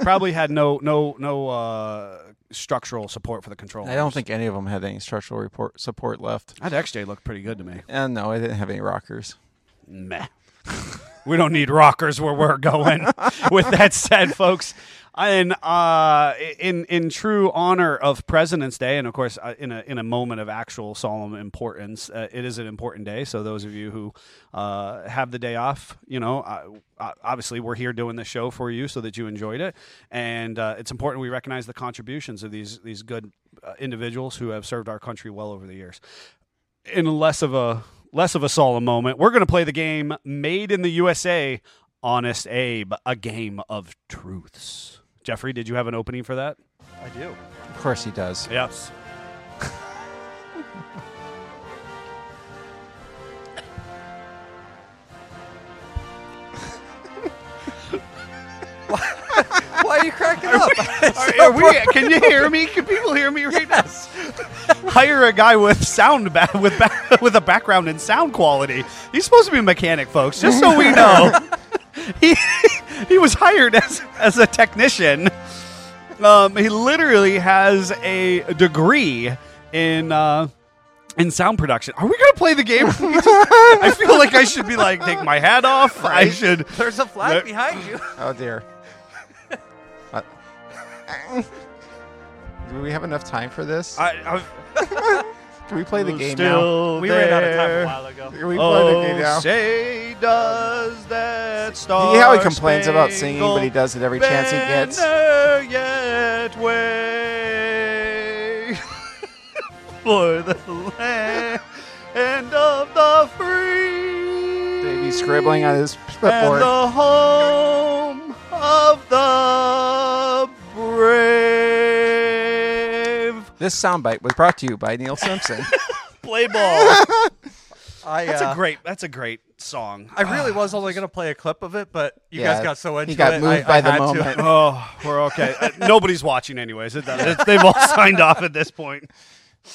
Probably had no no no uh, structural support for the controls.
I don't think any of them had any structural report support left.
that XJ looked pretty good to me.
And no, I didn't have any rockers.
Meh. we don't need rockers where we're going. With that said, folks, in uh, in in true honor of President's Day, and of course, uh, in a in a moment of actual solemn importance, uh, it is an important day. So those of you who uh, have the day off, you know, I, I, obviously we're here doing this show for you so that you enjoyed it, and uh, it's important we recognize the contributions of these these good uh, individuals who have served our country well over the years in less of a less of a solemn moment, we're going to play the game Made in the USA, Honest Abe, a game of truths. Jeffrey, did you have an opening for that?
I do.
Of course he does.
Yes.
Why are you cracking up?
Are we, can you hear me? Can people hear me right yes. now? Hire a guy with sound ba- with ba- with a background in sound quality. He's supposed to be a mechanic, folks. Just so we know, he he was hired as as a technician. Um, he literally has a degree in. Uh, in sound production, are we gonna play the game? I feel like I should be like take my hat off. I should.
There's a
Nope.
flag behind you.
Oh dear. Uh, Do we have enough time for this?
I, I've
Can we play the game
still
We ran out of time
there.
a while ago.
now? Can we play
Oh,
the game now?
say does that star
You know how he complains about singing, but he does it every chance he gets.
banner Yet wave for the land of the free.
Baby scribbling on his
and
clipboard.
the home of the brave.
This soundbite was brought to you by Neil Simpson.
Play ball.
I,
that's
uh,
a great. That's a great song.
I really was only gonna play a clip of it, but you
Yeah,
guys got so into
he got
it.
moved
I,
by
I
the
had to.
moment.
Oh, we're okay. Uh, nobody's watching, anyways. It, it, they've all signed off at this point.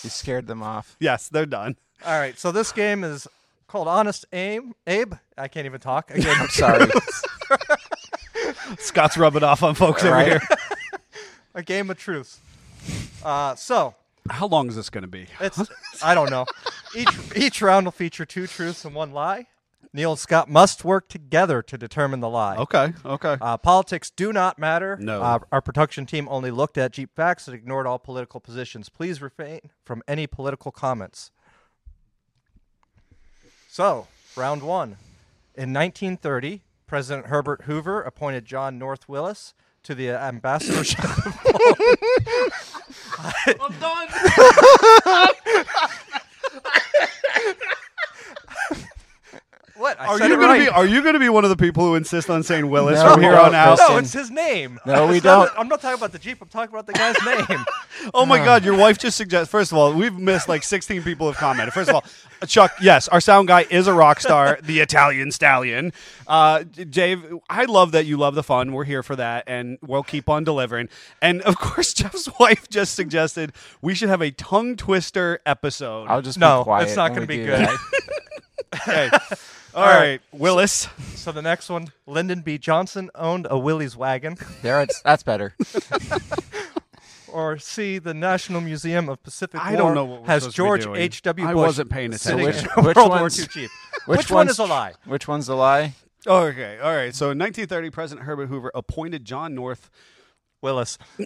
you scared them off.
Yes, they're done.
All right, so this game is called Honest Aim. Abe, I can't even talk again.
I'm sorry.
Scott's rubbing off on folks over here.
a game of truth. Uh, so
How long is this going to be?
it's I don't know. Each each round will feature two truths and one lie. Neil and Scott must work together to determine the lie.
Okay, okay.
Uh, politics do not matter.
No.
Uh, our production team only looked at Jeep facts and ignored all political positions. Please refrain from any political comments. So, round one. In 1930, President Herbert Hoover appointed John North Willis to the uh, ambassadorship.
I'm done.
what? I
Are
said
you
it
gonna
right.
be Are you going to be one of the people who insist on saying Willis
No,
from here
no,
on out?
Kristen.
No, it's his name.
No, we
It's not-
don't.
I'm not talking about the Jeep. I'm talking about the guy's name.
Oh
Um,
my God! Your wife just suggests. First of all, we've missed like 16 people have commented. First of all, Chuck, yes, our sound guy is a rock star, the Italian stallion. Uh, Dave, I love that you love the fun. We're here for that, and we'll keep on delivering. And of course, Jeff's wife just suggested we should have a tongue twister episode.
I'll just
No,
be quiet.
it's not
going to
be good.
Okay. all right. Willis.
so the next one, Lyndon B. Johnson owned a Willie's wagon.
There, it's that's better.
Or C, the National Museum of Pacific
I
War
don't know what we're
has
supposed to be
George
doing.
H. W.
I
Bush
wasn't paying
sitting
attention.
in a
Which
World War
one's-
II Jeep.
Which,
one
one's-
is a lie?
Which one's the lie?
Okay. All right. So in 1930, President Herbert Hoover appointed John North
Willis.
to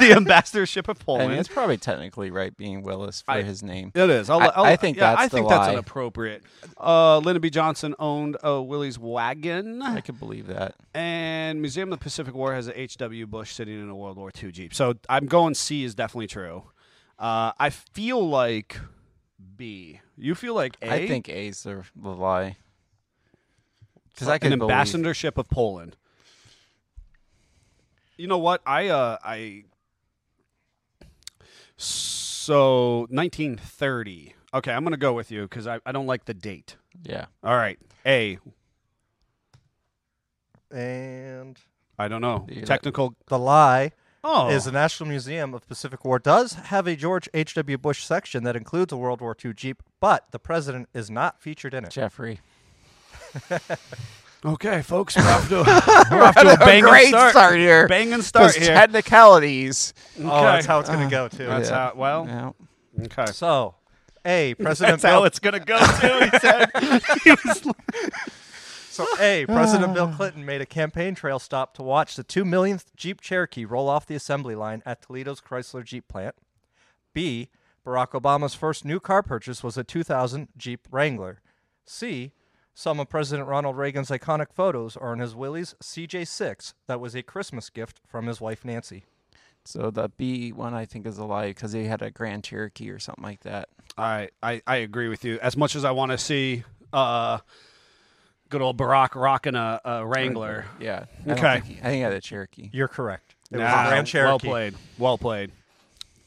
the ambassadorship of
I
Poland.
mean, it's probably technically right being Willis for
I-
his name.
It is. I'll,
I-
I'll,
I think
yeah,
that's
I
the
think that's
lie.
inappropriate. Uh, Lyndon B. Johnson owned uh, Willie's wagon,
I could believe that.
and Museum of the Pacific War has a H.W. Bush sitting in a World War II jeep. So I'm going C is definitely true. Uh, I feel like B. You feel like A?
I think A's the, the lie. Because I
an
could believe-
ambassadorship of Poland. You know what? I uh, I so 1930. Okay, I'm gonna go with you because I, I don't like the date.
Yeah.
All right. A.
And
I don't know.
Yeah.
Technical.
the lie
Oh.
is the National Museum of Pacific War does have a George H. W. Bush section that includes a World War II Jeep, but the president is not featured in it.
Jeffrey.
okay, folks. We're off to, we're off to a banging
Great
start.
start, here.
Bang and start
'Cause
here.
Technicalities.
Oh, that's how it's going to go, too.
That's
Yeah.
how.
Oh.
Well.
Yeah.
Okay.
So, A,
That's
President
how
Bill-
it's gonna go too. He said.
So, A, President Bill Clinton made a campaign trail stop to watch the 2 millionth Jeep Cherokee roll off the assembly line at Toledo's Chrysler Jeep plant. B, Barack Obama's first new car purchase was a 2000 Jeep Wrangler. C, some of President Ronald Reagan's iconic photos are in his Willie's CJ6 that was a Christmas gift from his wife Nancy.
So the B one I think is a lie because he had a Grand Cherokee or something like that.
I, I I agree with you. As much as I want to see uh, good old Barack rocking a, a Wrangler.
Yeah. I don't
Okay.
think he- I think he had a Cherokee.
You're correct. It was
Nah,
a Grand
Well
Cherokee.
played. Well played.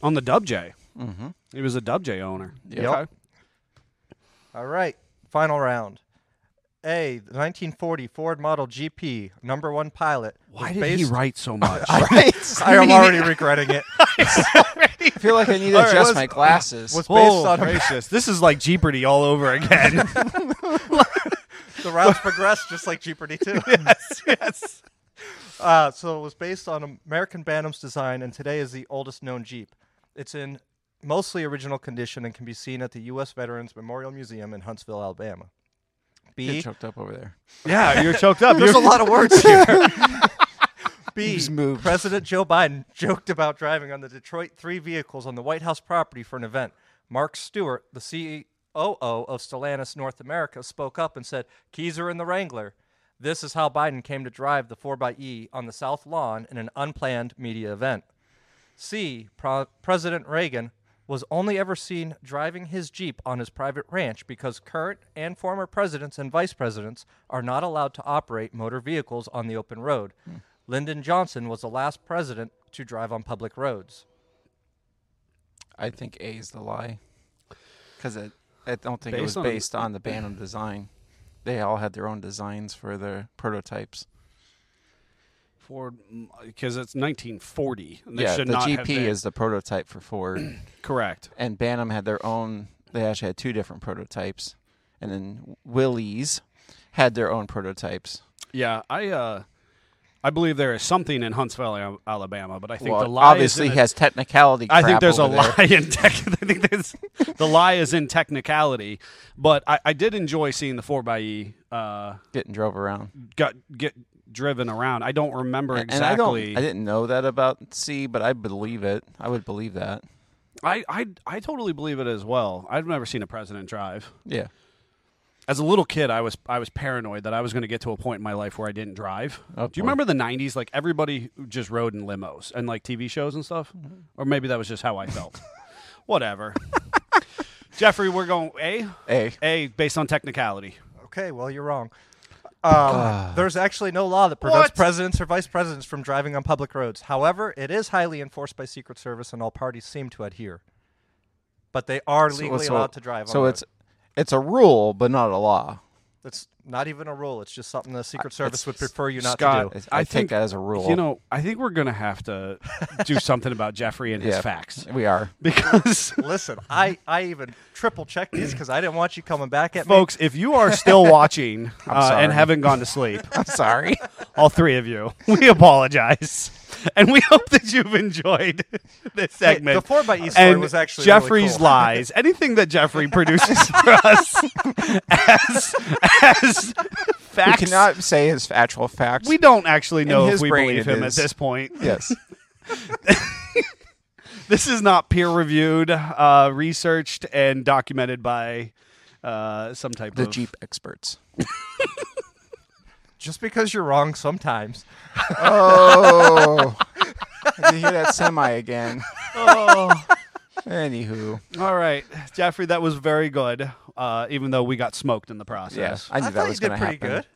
On the Dub J.
Mm-hmm.
He was a Dub J owner.
Yep.
Okay.
All right, final round. A, the 1940 Ford Model GP, number one pilot.
Why
was
did
based
he write so much?
Right.
I am already regretting it.
I feel like I need to
right,
adjust
let's-
my glasses.
What's based
Oh,
on
gracious. this is like Jeopardy all over again.
the rounds progressed just like Jeopardy too.
yes, yes.
Uh, so it was based on American Bantam's design, and today is the oldest known Jeep. It's in mostly original condition and can be seen at the U.S. Veterans Memorial Museum in Huntsville, Alabama.
Get
B,
choked up over there.
Yeah, you're choked up.
there's a
You're-
lot of words here. B,
He's moved.
President Joe Biden joked about driving on the Detroit three vehicles on the White House property for an event. Mark Stewart, the CEO of Stellantis North America, spoke up and said, Keys are in the Wrangler. This is how Biden came to drive the 4xE on the South Lawn in an unplanned media event. C. Pro- President Reagan was only ever seen driving his Jeep on his private ranch because current and former presidents and vice presidents are not allowed to operate motor vehicles on the open road.
Hmm.
Lyndon Johnson was the last president to drive on public roads.
I think A is the lie because I don't think it
Based
was
on-
based on the Bantam design. They all had their own designs for their prototypes.
Ford, because it's 1940. and that
yeah,
should
the
not have
GP
been-
is the prototype for Ford,
correct.
and Bantam had their own. They actually had two different prototypes, and then Willys had their own prototypes.
Yeah, I uh, I believe there is something in Hunts Valley, Al- Alabama, but I think
Well,
the
it
lie
obviously
is in
has technicality
I think
crap
there's a
over there.
lie in tech. I think there's the lie is in technicality, but I, I did enjoy seeing the four by E uh,
Getting drove around.
got get driven around. I don't remember
And-
exactly.
And I don't. I didn't know that about C, but I believe it. I would believe that.
I, I I totally believe it as well. I've never seen a president drive.
Yeah.
As a little kid, I was I was paranoid that I was going to get to a point in my life where I didn't drive.
Oh,
Do you
boy.
remember the '90s? Like everybody just rode in limos and like TV shows and stuff,
Mm-hmm.
or maybe that was just how I felt. Whatever. Jeffrey, we're going A.
A.
A based on technicality.
Okay, well, you're wrong. Um, there's actually no law that prevents presidents or vice presidents from driving on public roads. However, it is highly enforced by Secret Service, and all parties seem to adhere. But they are
So-
legally
so-
allowed to drive.
So
on
it's it's a rule, but not a law.
it's not even a rule. It's just something the Secret Service would
it's-
prefer you not
Scott,
to do.
It's- I, take that as a rule.
You know, I think we're going to have to do something about Jeffrey and his
Yeah.
facts
we are.
because
Listen, I, I even triple checked these because I didn't want you coming back at
folks, if you are still watching uh,
sorry.
and haven't gone to sleep,
I'm sorry.
all three of you, we apologize. And we hope that you've enjoyed this
Hey,
segment.
the 4xE story
and
was actually really
Jeffrey's
cool.
lies. Anything that Jeffrey produces for us as as facts.
We cannot say his actual facts.
we don't actually know if
his
we
brain
believe
it
him
is.
at this point.
yes.
This is not peer reviewed, uh, researched, and documented by uh, some type
The
of
Jeep experts.
me. Just because you're wrong sometimes.
Oh. Did you hear that semi again? Oh. Anywho.
All right, Jeffrey, that was very good. Uh, even though we got smoked in the process,
Yes. I knew
I
that
thought
was
you
going
did
to
pretty
happen.
good.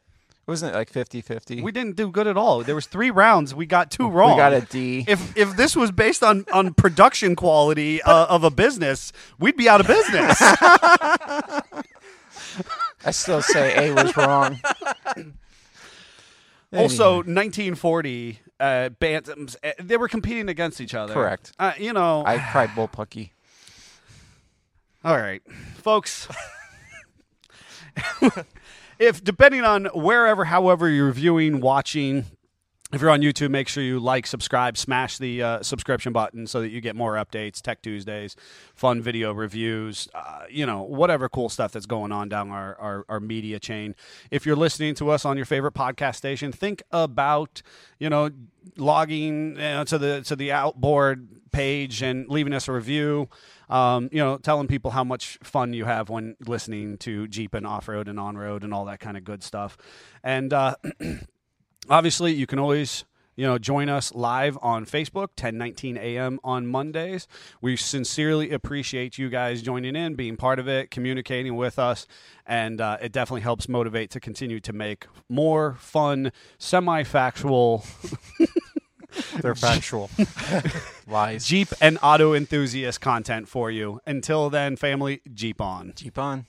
Wasn't it like 50-50?
we didn't do good at all. There was three rounds. We got two wrong.
got a D.
If if this was based on on production quality uh, of a business, we'd be out of business.
I still say A was wrong.
also, 1940 uh, bantams. uh, They were competing against each other.
Correct.
Uh, you know.
I cried bullpucky.
all right, folks. if depending on wherever, however you're viewing, watching, if you're on YouTube, make sure you like, subscribe, smash the uh, subscription button so that you get more updates, Tech Tuesdays, fun video reviews, uh, you know, whatever cool stuff that's going on down our, our, our media chain. If you're listening to us on your favorite podcast station, think about, you know, logging uh, to the to the outboard page and leaving us a review. Um, you know, telling people how much fun you have when listening to Jeep and off road and on road and all that kind of good stuff. And uh, obviously you can always you know join us live on facebook 1019 a.m on mondays we sincerely appreciate you guys joining in being part of it communicating with us and uh, it definitely helps motivate to continue to make more fun semi-factual
They're factual.
Lies.
jeep and auto enthusiast content for you until then family jeep on
Jeep on.